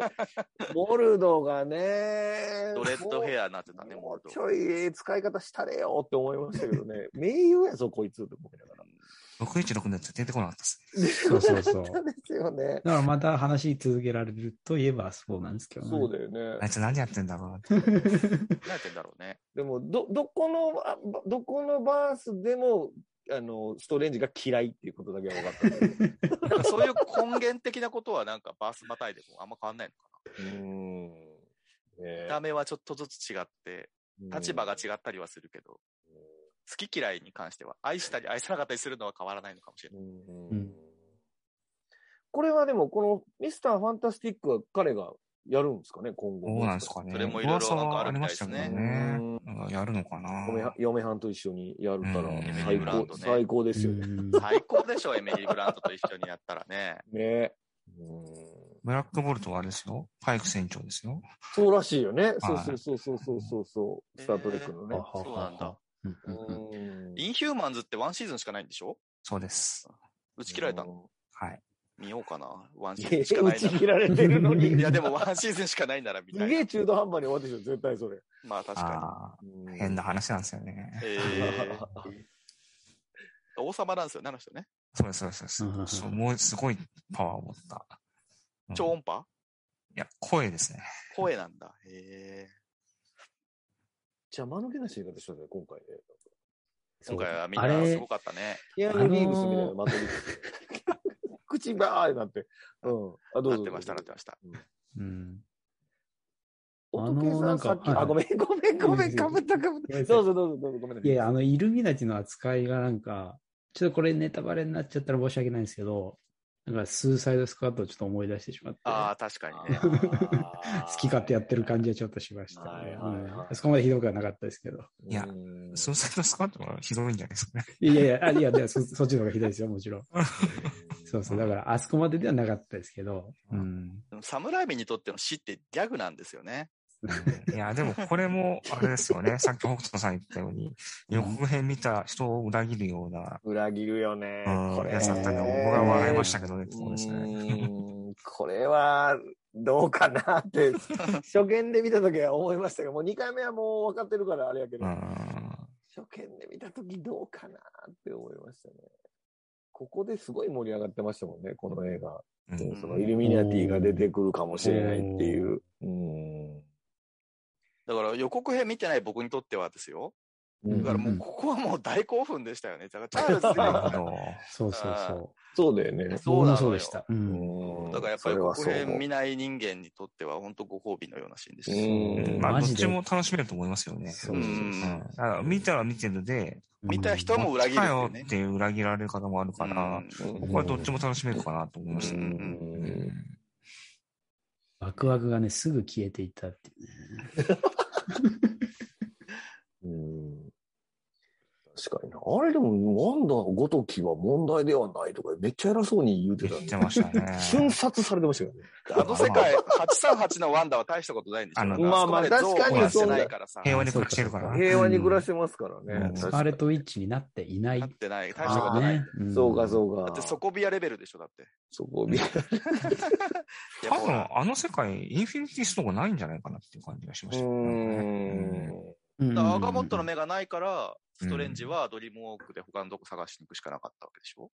[SPEAKER 4] モルドがね、
[SPEAKER 1] ドレッドヘ
[SPEAKER 4] ア
[SPEAKER 1] アになってたね、
[SPEAKER 4] も
[SPEAKER 1] も
[SPEAKER 4] う
[SPEAKER 1] う
[SPEAKER 4] ちょいええ使い方したれよって思いましたけどね。名優やぞ、こいつって思いながら。
[SPEAKER 2] 616のやつ出てこなかったです
[SPEAKER 3] そうそうそう。
[SPEAKER 4] そう ですよね。
[SPEAKER 3] だからまた話し続けられるといえばそうなんですけどね。
[SPEAKER 4] そうだよ
[SPEAKER 2] ね。あ
[SPEAKER 4] ね
[SPEAKER 2] い。つ何やってんだろうなって。
[SPEAKER 1] 何やってんだろうね。
[SPEAKER 4] でも、ど、どこの、あばどこのバースでも、あの、ストレンジが嫌いっていうことだけは分かったんだけど。
[SPEAKER 1] なんかそういう根源的なことはなんかバースまたいでもあんま変わんないのか
[SPEAKER 4] うーんね
[SPEAKER 1] な。
[SPEAKER 4] え
[SPEAKER 1] 見た目はちょっとずつ違って、立場が違ったりはするけど、好き嫌いに関しては愛したり愛さなかったりするのは変わらないのかもしれない。
[SPEAKER 4] うん
[SPEAKER 3] うん
[SPEAKER 4] これはでも、このミスターファンタスティックは彼がやるんですかね、今後。
[SPEAKER 2] どうなんですかね。
[SPEAKER 1] それもいろいろ
[SPEAKER 2] 噂
[SPEAKER 1] なんか
[SPEAKER 2] は
[SPEAKER 1] あ
[SPEAKER 2] あ
[SPEAKER 1] る
[SPEAKER 2] り
[SPEAKER 1] みた
[SPEAKER 2] ま
[SPEAKER 1] いです
[SPEAKER 2] したけど
[SPEAKER 1] ね
[SPEAKER 2] ね
[SPEAKER 4] うん。
[SPEAKER 2] なんかやるのかな。
[SPEAKER 4] 嫁は嫁はんと一緒にやるか
[SPEAKER 2] うん
[SPEAKER 4] ら、
[SPEAKER 2] エミリ
[SPEAKER 4] 最
[SPEAKER 2] ーブラ
[SPEAKER 4] 高
[SPEAKER 1] ン、ドね
[SPEAKER 4] 最高ですよね。
[SPEAKER 3] うん
[SPEAKER 1] 最高でしょ、エミリー・ブラントと一緒にやったらね。
[SPEAKER 4] ねうん
[SPEAKER 2] ブラックボルトはあれですよ。パイク船長ですよ。
[SPEAKER 4] そうらしいよね。そうそうそうそうそうそうそう。
[SPEAKER 1] えー
[SPEAKER 4] スタートレックのね。
[SPEAKER 1] そうなんだ。
[SPEAKER 3] うんうんうん
[SPEAKER 4] うん
[SPEAKER 1] インヒューマンズってワンシーズンしかないんでしょ
[SPEAKER 2] そうです。
[SPEAKER 1] 打ち切られたの
[SPEAKER 2] はい。
[SPEAKER 1] 見ようかな。ワン
[SPEAKER 4] い
[SPEAKER 1] シー
[SPEAKER 4] や
[SPEAKER 1] ズンしか
[SPEAKER 4] 打
[SPEAKER 1] ない
[SPEAKER 4] ち
[SPEAKER 1] な
[SPEAKER 4] 切られてるの
[SPEAKER 1] ら。い
[SPEAKER 4] に。
[SPEAKER 1] や、でもワンシーズンしかないならみ
[SPEAKER 4] す
[SPEAKER 1] たい
[SPEAKER 4] げ
[SPEAKER 1] な。
[SPEAKER 4] え中途半端に終わってしょ、絶対それ。
[SPEAKER 1] まあ確か
[SPEAKER 2] あ
[SPEAKER 4] うん
[SPEAKER 2] あ、変な話なんですよね。
[SPEAKER 1] に。えー、王様なんですよね、あの人ね。
[SPEAKER 2] そうです、そうですそうです。そうもうすごいパワーを持った。うん
[SPEAKER 1] 超音波
[SPEAKER 2] いや、声ですね。
[SPEAKER 1] 声なんだ。へえ。
[SPEAKER 4] 邪魔抜けな死に方したね、今回ね。
[SPEAKER 1] 今回はみん
[SPEAKER 3] あ
[SPEAKER 1] な
[SPEAKER 3] れ
[SPEAKER 1] すごかったね。
[SPEAKER 4] キア
[SPEAKER 3] あ
[SPEAKER 4] ヌ・
[SPEAKER 3] のー
[SPEAKER 4] リーブスみたいなまとめて。口ばーってなって。うん。あ、どう
[SPEAKER 1] な
[SPEAKER 4] ぞ。
[SPEAKER 1] ってました、なってました。
[SPEAKER 3] うん
[SPEAKER 4] おと
[SPEAKER 3] あ
[SPEAKER 4] け
[SPEAKER 3] のー
[SPEAKER 4] さ
[SPEAKER 3] なん
[SPEAKER 4] ん
[SPEAKER 3] か
[SPEAKER 4] さっき、
[SPEAKER 3] はい
[SPEAKER 4] あ、ごめん、ごめん、ごめ
[SPEAKER 3] いい
[SPEAKER 4] ん、
[SPEAKER 3] です
[SPEAKER 4] か
[SPEAKER 3] よ
[SPEAKER 4] ぶった、かぶっ
[SPEAKER 3] いやい
[SPEAKER 4] た。
[SPEAKER 3] や
[SPEAKER 4] どうぞ、どうぞ、どうぞ、ごめんなさ
[SPEAKER 3] い
[SPEAKER 4] い。
[SPEAKER 3] や、あ の、イルミナティの扱いがなんか、ちょっとこれネタバレになっちゃったら申し訳ないんですけど、なんかスーサイドスクワットをちょっと思い出してしまって、
[SPEAKER 1] ああ、
[SPEAKER 3] 好
[SPEAKER 1] 確かにね。
[SPEAKER 4] あー
[SPEAKER 3] き勝手やってる感じはちょっとしました
[SPEAKER 4] は
[SPEAKER 3] ね
[SPEAKER 4] い。
[SPEAKER 3] う
[SPEAKER 4] はいはい
[SPEAKER 3] んそこまでひどくはなかったですけど。
[SPEAKER 2] いや
[SPEAKER 4] うん
[SPEAKER 2] ソーサイドスクワットはひどいんじゃないですかね。
[SPEAKER 3] いやいや、あいやいやそ、そっちの方がひどいですよ、もちろん。そうそう、だからあそこまでではなかったですけど、うん。
[SPEAKER 1] でも侍民にとっての死ってギャグなんですよね。
[SPEAKER 2] いや、でもこれも、あれですよね。さっき北斗さん言ったように、予告編見た人を裏切るような、
[SPEAKER 4] 裏切るよね
[SPEAKER 2] う。ん、
[SPEAKER 4] これ
[SPEAKER 2] やつだったんで、僕は笑いましたけどね、そうですね。
[SPEAKER 4] うんこれは、どうかなって、初見で見たときは思いましたが、もう2回目はもう分かってるからあれやけど
[SPEAKER 2] う、ん。
[SPEAKER 4] 初見で見たときどうかなって思いましたね。ここですごい盛り上がってましたもんね、この映画。
[SPEAKER 2] うん
[SPEAKER 1] ん
[SPEAKER 4] そのイルミナティが出てくるかもしれないっていう。うん。
[SPEAKER 1] だから予告編見てない僕にとってはですよ。
[SPEAKER 3] うん
[SPEAKER 1] だからもう、ここはもう大興奮でした よね。だからチャールズが
[SPEAKER 2] なるほど。
[SPEAKER 3] そうそうそ
[SPEAKER 4] そうだよね
[SPEAKER 3] う。。
[SPEAKER 1] そうなのよ
[SPEAKER 3] 僕もそうでした。う。
[SPEAKER 4] うんん
[SPEAKER 1] だからやっぱり
[SPEAKER 4] それは
[SPEAKER 1] 国
[SPEAKER 4] そう
[SPEAKER 1] 編見ない人間にとっては本当ご褒美のようなシーンでした
[SPEAKER 4] う
[SPEAKER 1] し、
[SPEAKER 4] ん
[SPEAKER 2] うんまあ、
[SPEAKER 3] マ
[SPEAKER 2] どっ
[SPEAKER 3] ジで
[SPEAKER 2] ちも楽しめると思いますよね。
[SPEAKER 3] そうう
[SPEAKER 1] そうそう
[SPEAKER 2] うん
[SPEAKER 1] ん
[SPEAKER 2] だから見たら見てるで、
[SPEAKER 1] 見た人も
[SPEAKER 2] ど
[SPEAKER 1] 裏
[SPEAKER 2] っ
[SPEAKER 1] 切るっ
[SPEAKER 2] ちか
[SPEAKER 1] てい
[SPEAKER 2] よ
[SPEAKER 1] うね
[SPEAKER 2] っ。ていう裏切られる方もあるから、
[SPEAKER 4] うん
[SPEAKER 2] 僕はどっちも楽しめるかなと思いました
[SPEAKER 4] う
[SPEAKER 2] ね。
[SPEAKER 4] ん
[SPEAKER 3] ワクワクがね、すぐ消えていったっていうね。
[SPEAKER 4] うん確かにな。あれでも、ワンダごときは問題ではないとか、めっちゃ偉そうに言うて
[SPEAKER 2] 言
[SPEAKER 4] た
[SPEAKER 2] って
[SPEAKER 4] ね。
[SPEAKER 2] ましたね。
[SPEAKER 4] 瞬殺されてましたよね。
[SPEAKER 1] あの世界、838のワンダは大したことないんでしょ
[SPEAKER 2] あの
[SPEAKER 1] だら
[SPEAKER 4] まあ
[SPEAKER 1] そこで
[SPEAKER 4] まあ確か
[SPEAKER 1] 憎
[SPEAKER 2] に
[SPEAKER 1] 悪はしてないからさ。
[SPEAKER 2] 平和で暮らしてるから。
[SPEAKER 4] 平和に暮らしてますからね。
[SPEAKER 2] うん
[SPEAKER 4] 確
[SPEAKER 3] ス
[SPEAKER 4] か
[SPEAKER 3] カー
[SPEAKER 4] に
[SPEAKER 3] レットウィッチになっていない
[SPEAKER 1] なっ。てない。大したことない。だ
[SPEAKER 3] ねん
[SPEAKER 4] そうか、そうか。
[SPEAKER 1] って底火屋レベルでしょ、だって。
[SPEAKER 4] そこ見
[SPEAKER 1] いや
[SPEAKER 2] 多
[SPEAKER 1] ほら
[SPEAKER 2] 分、あの世界、インフィニティストーンがないんじゃないかなっていう感じがしました。うん
[SPEAKER 3] うんう
[SPEAKER 1] だ
[SPEAKER 3] ん
[SPEAKER 1] からアガモットの目がないから、ストレンジはドリームウォークで他のとこ探しに行くしかなかったわけでしょ、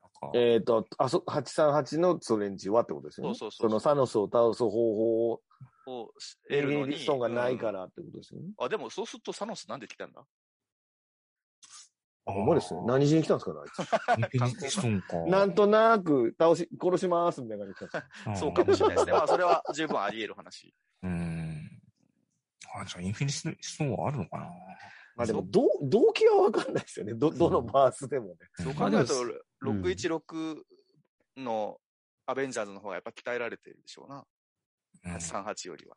[SPEAKER 2] なんか
[SPEAKER 4] えっ、と、あそ、838のストレンジはってことですよね。
[SPEAKER 1] そうそうそう
[SPEAKER 4] のサノスを倒す方法を、
[SPEAKER 1] を得
[SPEAKER 4] エ
[SPEAKER 1] る
[SPEAKER 4] リ
[SPEAKER 1] の
[SPEAKER 4] ー・
[SPEAKER 1] に。
[SPEAKER 4] リストンがないか
[SPEAKER 1] うん
[SPEAKER 4] らってことですよね。
[SPEAKER 1] あ、でもそうするとサノスなんで来たんだ
[SPEAKER 4] あほんまですね。何しに来たんですかね、あい
[SPEAKER 2] インフィニティストーンか。
[SPEAKER 4] つ。なんとなく倒し、殺しますみたいな感じで来たんです
[SPEAKER 2] ん
[SPEAKER 1] そうかもしれないですね。まあそれは十分あり得る話。
[SPEAKER 2] うん。あ、じゃあ、インフィニティストーンはあるのかな
[SPEAKER 4] まあでも、どう、動機はわかんないですよね。ど、どのバースでもね。
[SPEAKER 1] そう考
[SPEAKER 3] まあ
[SPEAKER 1] え
[SPEAKER 3] でも
[SPEAKER 1] ると、616のアベンジャーズの方がやっぱ鍛えられてるでしょうな。
[SPEAKER 2] うん
[SPEAKER 1] 838よりは。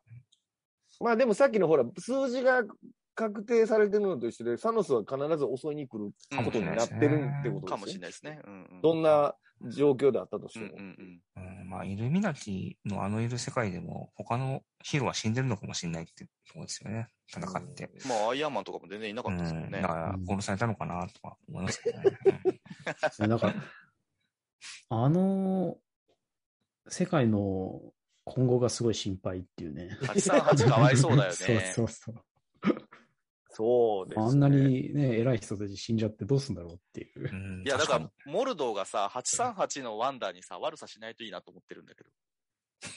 [SPEAKER 4] まあでもさっきのほら、数字が確定されてるのと一緒で、サノスは必ず襲いに来ることになってるってことですね。
[SPEAKER 1] かもしれないですね。うんうん。
[SPEAKER 4] どんな状況であったとし
[SPEAKER 1] う
[SPEAKER 4] て
[SPEAKER 1] んう
[SPEAKER 4] も。
[SPEAKER 1] ん
[SPEAKER 2] うんまあ、イルミナティのあのいる世界でも、他のヒーローは死んでるのかもしれないってとこですよね。戦って。
[SPEAKER 1] うん。まあアイアンマンとかも全然いなか
[SPEAKER 2] う
[SPEAKER 1] ったですも
[SPEAKER 2] ん。
[SPEAKER 1] んね
[SPEAKER 2] だ。から、殺されたのかなとか思いますけどね。うん
[SPEAKER 3] そうだから、あの、世界の今後がすごい心配っていうね。
[SPEAKER 1] 838かわい そうだよね。
[SPEAKER 3] そうそうそう。
[SPEAKER 4] そうです、ね。
[SPEAKER 3] あんなにね、偉い人たち死んじゃってどうすんだろうって いう。
[SPEAKER 2] うん
[SPEAKER 1] いや、だ
[SPEAKER 2] 確
[SPEAKER 1] か
[SPEAKER 2] に
[SPEAKER 1] ら、モルドーがさ、838のワンダーにさ、悪さしないといいなと思ってるんだけ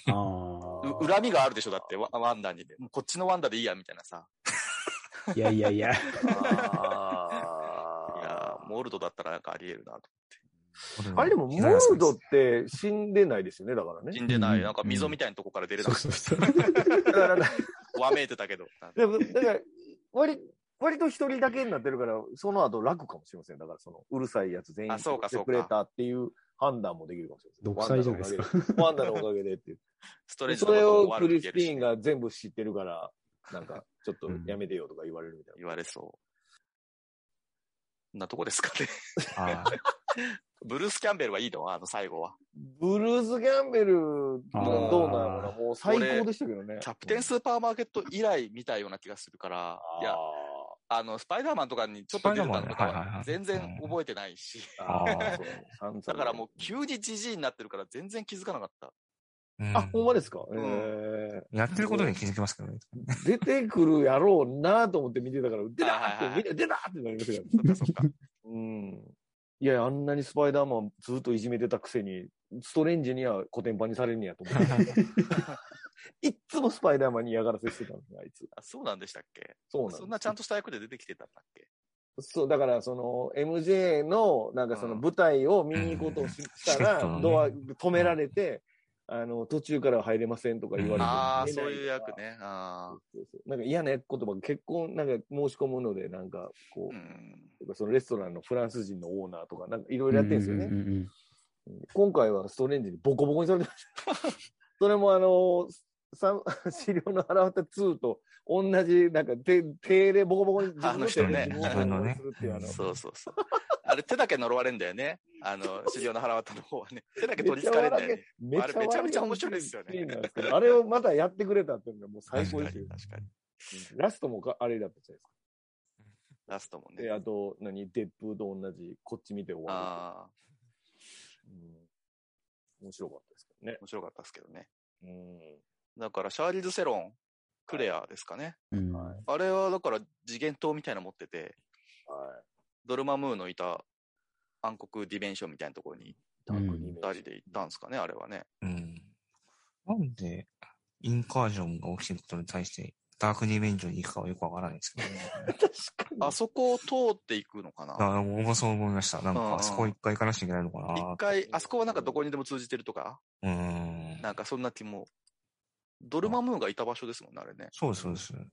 [SPEAKER 3] あ
[SPEAKER 1] ど、う恨みがあるでしょ、だって、ワワンダーに。もうこっちのワンダーでいいや、みたいなさ。
[SPEAKER 3] あ。いやい やいや。
[SPEAKER 1] いや
[SPEAKER 4] あ
[SPEAKER 1] ーモルドーだったらなんかあり得るなと。
[SPEAKER 4] ーあれでも、モルドって死んでないですよね、だから
[SPEAKER 1] 死
[SPEAKER 4] ね。
[SPEAKER 1] んでな
[SPEAKER 3] う
[SPEAKER 1] い、
[SPEAKER 3] ん
[SPEAKER 1] なんか溝みたいなとこから出れな
[SPEAKER 3] そう
[SPEAKER 1] くて
[SPEAKER 3] そうそう。
[SPEAKER 4] だから、だか
[SPEAKER 1] わめいてたけど。
[SPEAKER 4] ら、だから割、割と一人だけになってるから、その後楽かもしれません。だから、その、うるさいやつ全員
[SPEAKER 1] あそうか
[SPEAKER 4] 来てくれたっていう判断もできるかもしれま
[SPEAKER 3] 独
[SPEAKER 4] せん。
[SPEAKER 3] 裁じゃないですか。
[SPEAKER 4] ワンダのおかげで。ワンダのおかげでっていう。
[SPEAKER 1] ストレージの
[SPEAKER 4] そ
[SPEAKER 1] こ
[SPEAKER 4] れ
[SPEAKER 1] と
[SPEAKER 4] を
[SPEAKER 1] も悪
[SPEAKER 4] ク
[SPEAKER 1] く
[SPEAKER 4] リ
[SPEAKER 1] 言
[SPEAKER 4] ス
[SPEAKER 1] える
[SPEAKER 4] ティ
[SPEAKER 1] し
[SPEAKER 4] ーンが全部知ってるから、なんか、ちょっとやめてよとか言われるみたいな。
[SPEAKER 1] 言われそう。そんなとこですかね。
[SPEAKER 2] あ
[SPEAKER 1] ブルース・キャンベルはいいのあの最後は。
[SPEAKER 4] ブルース・ギャンベルもどうなのかな
[SPEAKER 3] あ
[SPEAKER 4] もう最高でしたけどね。
[SPEAKER 1] キャプテン・スーパーマーケット以来見たような気がするから、いや、あの、スパイダーマンとかにちょっと出てたのとか
[SPEAKER 2] スパイダーマンねはいはいは
[SPEAKER 1] はい全然覚えてないし。
[SPEAKER 4] あ
[SPEAKER 2] あー
[SPEAKER 4] ーそう散々
[SPEAKER 1] だからもう急にじじいになってるから全然気づかなかっ た。
[SPEAKER 2] ー
[SPEAKER 4] あ、ほんまですか、
[SPEAKER 1] ん
[SPEAKER 4] え
[SPEAKER 2] やってることに気づきますけどね。
[SPEAKER 4] ー出てくるやろうなと思って見てたから、出た
[SPEAKER 1] はいはいは
[SPEAKER 4] っ
[SPEAKER 1] い
[SPEAKER 4] て、出た出たってなりましたから。
[SPEAKER 1] そっかそっか。
[SPEAKER 4] うん。いや、あんなにスパイダーマンずっといじめてたくせに、ストレンジにはコテンパンにされるんねやと 思って。いっつもスパイダーマンに嫌がらせしてたんですよあいつ。
[SPEAKER 1] あそうなんでしたっけ
[SPEAKER 4] そうなん
[SPEAKER 1] そ
[SPEAKER 4] です
[SPEAKER 1] んなちゃんとした役で出てきてたんだっけ
[SPEAKER 4] そう、だから、その、MJ の、なんかその
[SPEAKER 1] うん
[SPEAKER 4] 舞台を見に行こうとしたら、
[SPEAKER 2] うん
[SPEAKER 4] ドア止められて、あの、途中からは入れませんとか言われて。
[SPEAKER 1] ああ、
[SPEAKER 4] 見れ
[SPEAKER 1] そう
[SPEAKER 4] ない
[SPEAKER 1] いう
[SPEAKER 4] と
[SPEAKER 1] 役
[SPEAKER 4] か。
[SPEAKER 1] ね。あ
[SPEAKER 4] そうそうなんか嫌な言葉、結婚、なんか申し込むので、なんか、こ
[SPEAKER 1] あ。う
[SPEAKER 4] う、
[SPEAKER 1] ん。
[SPEAKER 4] そのレストランのフランス人のオーナーとか、なんかいろいろやってるんですよね。
[SPEAKER 3] うんうんうん
[SPEAKER 4] 今回はストレンジにボコボコにされてました。 それもあの、さ 資料の腹渡2と同じ、なんか手、手でボコボコに自分の手で
[SPEAKER 1] あの人ね
[SPEAKER 4] 自分をボコボコにするっていうあ
[SPEAKER 2] 自分のね
[SPEAKER 4] の、
[SPEAKER 1] そうそうそう。あれ手だけ呪われんだよね。あの、資料の腹渡の方 はね。手だけ取り憑かれんだよね。
[SPEAKER 4] め
[SPEAKER 1] あれめちゃめちゃ面白いですよね
[SPEAKER 4] シーンなんですけどあれをまたやってくれたっていうのがもう最高ですよ
[SPEAKER 1] 確。かに確かに。
[SPEAKER 4] ラストもかあれだったじゃないですか。
[SPEAKER 1] ラストもね
[SPEAKER 4] で、。あと、何、デップと同じ、こっち見て終わ
[SPEAKER 1] ああ、
[SPEAKER 4] る。うん面白かったですけどね。
[SPEAKER 1] 面白かったですけどね。
[SPEAKER 4] うん
[SPEAKER 1] だから、シャーリーズ・セロン、クレアですかね。
[SPEAKER 3] うん
[SPEAKER 1] あれはだから、次元灯みたいなの持ってて、
[SPEAKER 4] は
[SPEAKER 1] ドルマムーのいた暗黒ディメンションみたいなところに
[SPEAKER 4] い。ダークリメ
[SPEAKER 1] 二人で行ったんですかね、あれはね。
[SPEAKER 2] うん。なんで、インカージョンが起きてることに対して、ダークリベンジョに行くかはよくわからないですけどね。
[SPEAKER 4] 確か
[SPEAKER 1] あそこを通っていくのか
[SPEAKER 2] いや
[SPEAKER 1] な
[SPEAKER 2] 僕もそう思いました。なん
[SPEAKER 1] うんうん
[SPEAKER 2] か、あそこ一回行かなきゃいけないのかな。
[SPEAKER 1] 一回、あそこはなんかどこにでも通じてるとか
[SPEAKER 2] うーん。
[SPEAKER 1] なんかそんな気も。ドルマムーンがいた場所ですもんね、あれね。
[SPEAKER 2] そうです、そうです。
[SPEAKER 1] うん
[SPEAKER 4] に。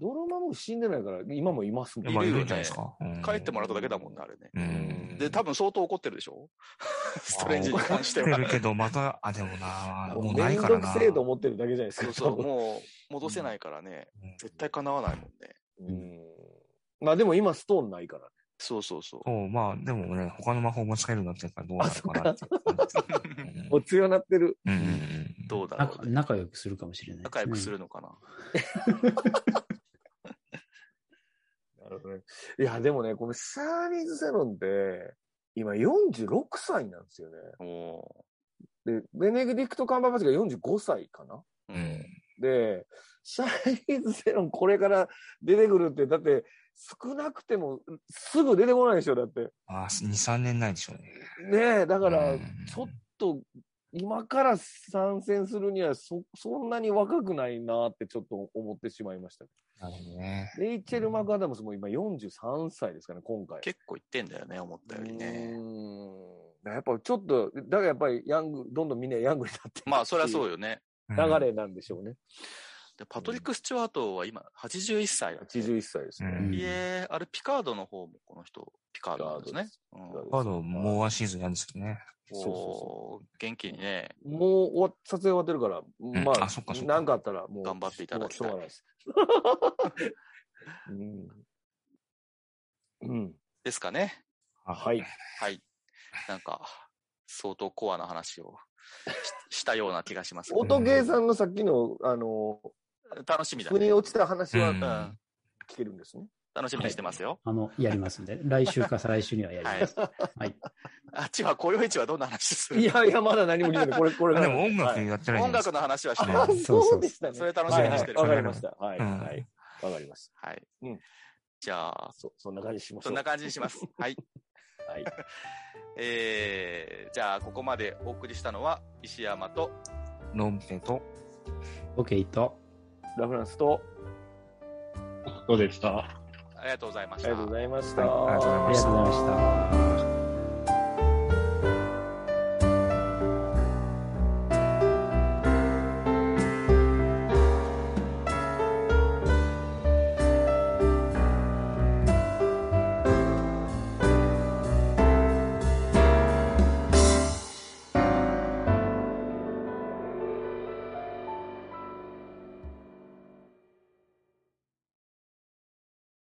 [SPEAKER 4] ドラマも死んでないから、今もいますも
[SPEAKER 1] い
[SPEAKER 4] ん
[SPEAKER 1] るよね
[SPEAKER 2] まあんじゃないですか。うん
[SPEAKER 1] 帰ってもらっただけだもんね、あれね。
[SPEAKER 2] うん。
[SPEAKER 1] で、多分相当怒ってるでしょ ストレンジに関して
[SPEAKER 2] 来て
[SPEAKER 1] は。
[SPEAKER 2] るけど、また、あ、でもな、もうな
[SPEAKER 4] め
[SPEAKER 2] い
[SPEAKER 4] ん
[SPEAKER 2] か
[SPEAKER 4] ど
[SPEAKER 2] ら
[SPEAKER 4] く
[SPEAKER 2] な。
[SPEAKER 4] せえと思ってるだけじゃないです
[SPEAKER 1] そ
[SPEAKER 4] か。
[SPEAKER 1] うそう、
[SPEAKER 4] 多分
[SPEAKER 1] もう戻せないからね、
[SPEAKER 2] うん
[SPEAKER 1] 絶対叶わないもんね。
[SPEAKER 4] うんまあでも今ストーンないからね。
[SPEAKER 1] そうそうそう。
[SPEAKER 2] そう、まあ、でもね、他の魔法も使えるようになってるからどうなるかなっていう
[SPEAKER 4] もう強なってる。
[SPEAKER 2] うんうんうん。
[SPEAKER 1] どうだろ
[SPEAKER 3] 仲
[SPEAKER 1] うね。
[SPEAKER 3] 仲良くするかもしれないですね。
[SPEAKER 1] 仲良くするのかな。
[SPEAKER 4] なるほどね。いや、でもね、このシャーリーズ・セロンって、今46歳なんですよね。
[SPEAKER 1] お
[SPEAKER 4] で、ベネディクト・カンバーバッチが45歳かな
[SPEAKER 1] ーう
[SPEAKER 2] うんん。
[SPEAKER 4] で、シャーリーズ・セロンこれから出てくるって、だって少なくてもすぐ出てこないでしょ、だって。
[SPEAKER 2] まあ、2、3年ないでしょうね。
[SPEAKER 4] ねえ、だから
[SPEAKER 2] うん、
[SPEAKER 4] ちょっと今から参戦するにはそ、そんなに若くないなってちょっと思ってしまいました。
[SPEAKER 2] なるほどね。
[SPEAKER 4] レイチェル・マクアダムスも今43歳ですかね、今回。
[SPEAKER 1] 結構言ってんだよね、思ったよりね。
[SPEAKER 4] うーんやっぱちょっと、だからやっぱりヤング、どんどんみんなヤングになって
[SPEAKER 1] まあ、そりゃそう
[SPEAKER 4] よ。
[SPEAKER 1] よね。
[SPEAKER 4] 流れなんでしょうね。
[SPEAKER 1] で、パトリック・スチュワートは今、81歳だって。
[SPEAKER 4] 81歳ですね。
[SPEAKER 2] うん
[SPEAKER 1] いえ、あれ、ピカードの方もこの人、ピカードなんですね。うん
[SPEAKER 4] カードです
[SPEAKER 2] カード、もうワンシーズンやるんですよね。
[SPEAKER 4] そうそうそ
[SPEAKER 1] おー元気にね、
[SPEAKER 4] う。もう終わっ撮影終わってるから、
[SPEAKER 2] ん
[SPEAKER 4] まあ、
[SPEAKER 2] あそっかそっか
[SPEAKER 4] なんかあったらもう。
[SPEAKER 1] 頑張っていただきたい
[SPEAKER 4] もうしょうがないです。うん。うん。
[SPEAKER 1] ですかね。
[SPEAKER 4] はい。
[SPEAKER 1] はい。なんか、相当コアな話をししたような気がしますけど。
[SPEAKER 4] 音ゲーさんのさっきの、あの、
[SPEAKER 1] 楽しみだ
[SPEAKER 4] 腑
[SPEAKER 1] ね
[SPEAKER 4] に。落ちた話は
[SPEAKER 2] うん
[SPEAKER 1] うん
[SPEAKER 4] 聞けるんですね。
[SPEAKER 1] 楽しみにしてますよ。
[SPEAKER 3] あの、やりますんで。来週か再来週にはやります。はい。
[SPEAKER 1] あっちは、雇用市はどんな話する
[SPEAKER 4] いやいや、まだ何も聞いてない。これ、これ
[SPEAKER 2] で
[SPEAKER 4] から。
[SPEAKER 2] も音楽
[SPEAKER 4] はい
[SPEAKER 2] やってないじゃ
[SPEAKER 1] 音
[SPEAKER 2] ないで
[SPEAKER 1] 楽
[SPEAKER 2] すか。
[SPEAKER 1] の話はして
[SPEAKER 2] あ
[SPEAKER 1] は
[SPEAKER 4] あ
[SPEAKER 1] い。、
[SPEAKER 3] そうそう
[SPEAKER 4] そうでしたね。
[SPEAKER 1] それ楽しみにしてる
[SPEAKER 4] はいはいわかりました。はい。
[SPEAKER 2] うん
[SPEAKER 4] はい。わかりましうん
[SPEAKER 1] じゃあ
[SPEAKER 4] た。、そ、そんな感じにしましょう。
[SPEAKER 1] そんな感じにします。はい。
[SPEAKER 4] はい。
[SPEAKER 1] えー、じゃあ、ここまでお送りしたのは、石山と、
[SPEAKER 2] ロンペと、
[SPEAKER 3] OK と。
[SPEAKER 4] ラフランスと、
[SPEAKER 5] どうでした
[SPEAKER 1] ありがとうございまし
[SPEAKER 4] ありがとう
[SPEAKER 1] た
[SPEAKER 4] ご。ざいました。
[SPEAKER 2] はいありがとうございました
[SPEAKER 3] ありがとうございました。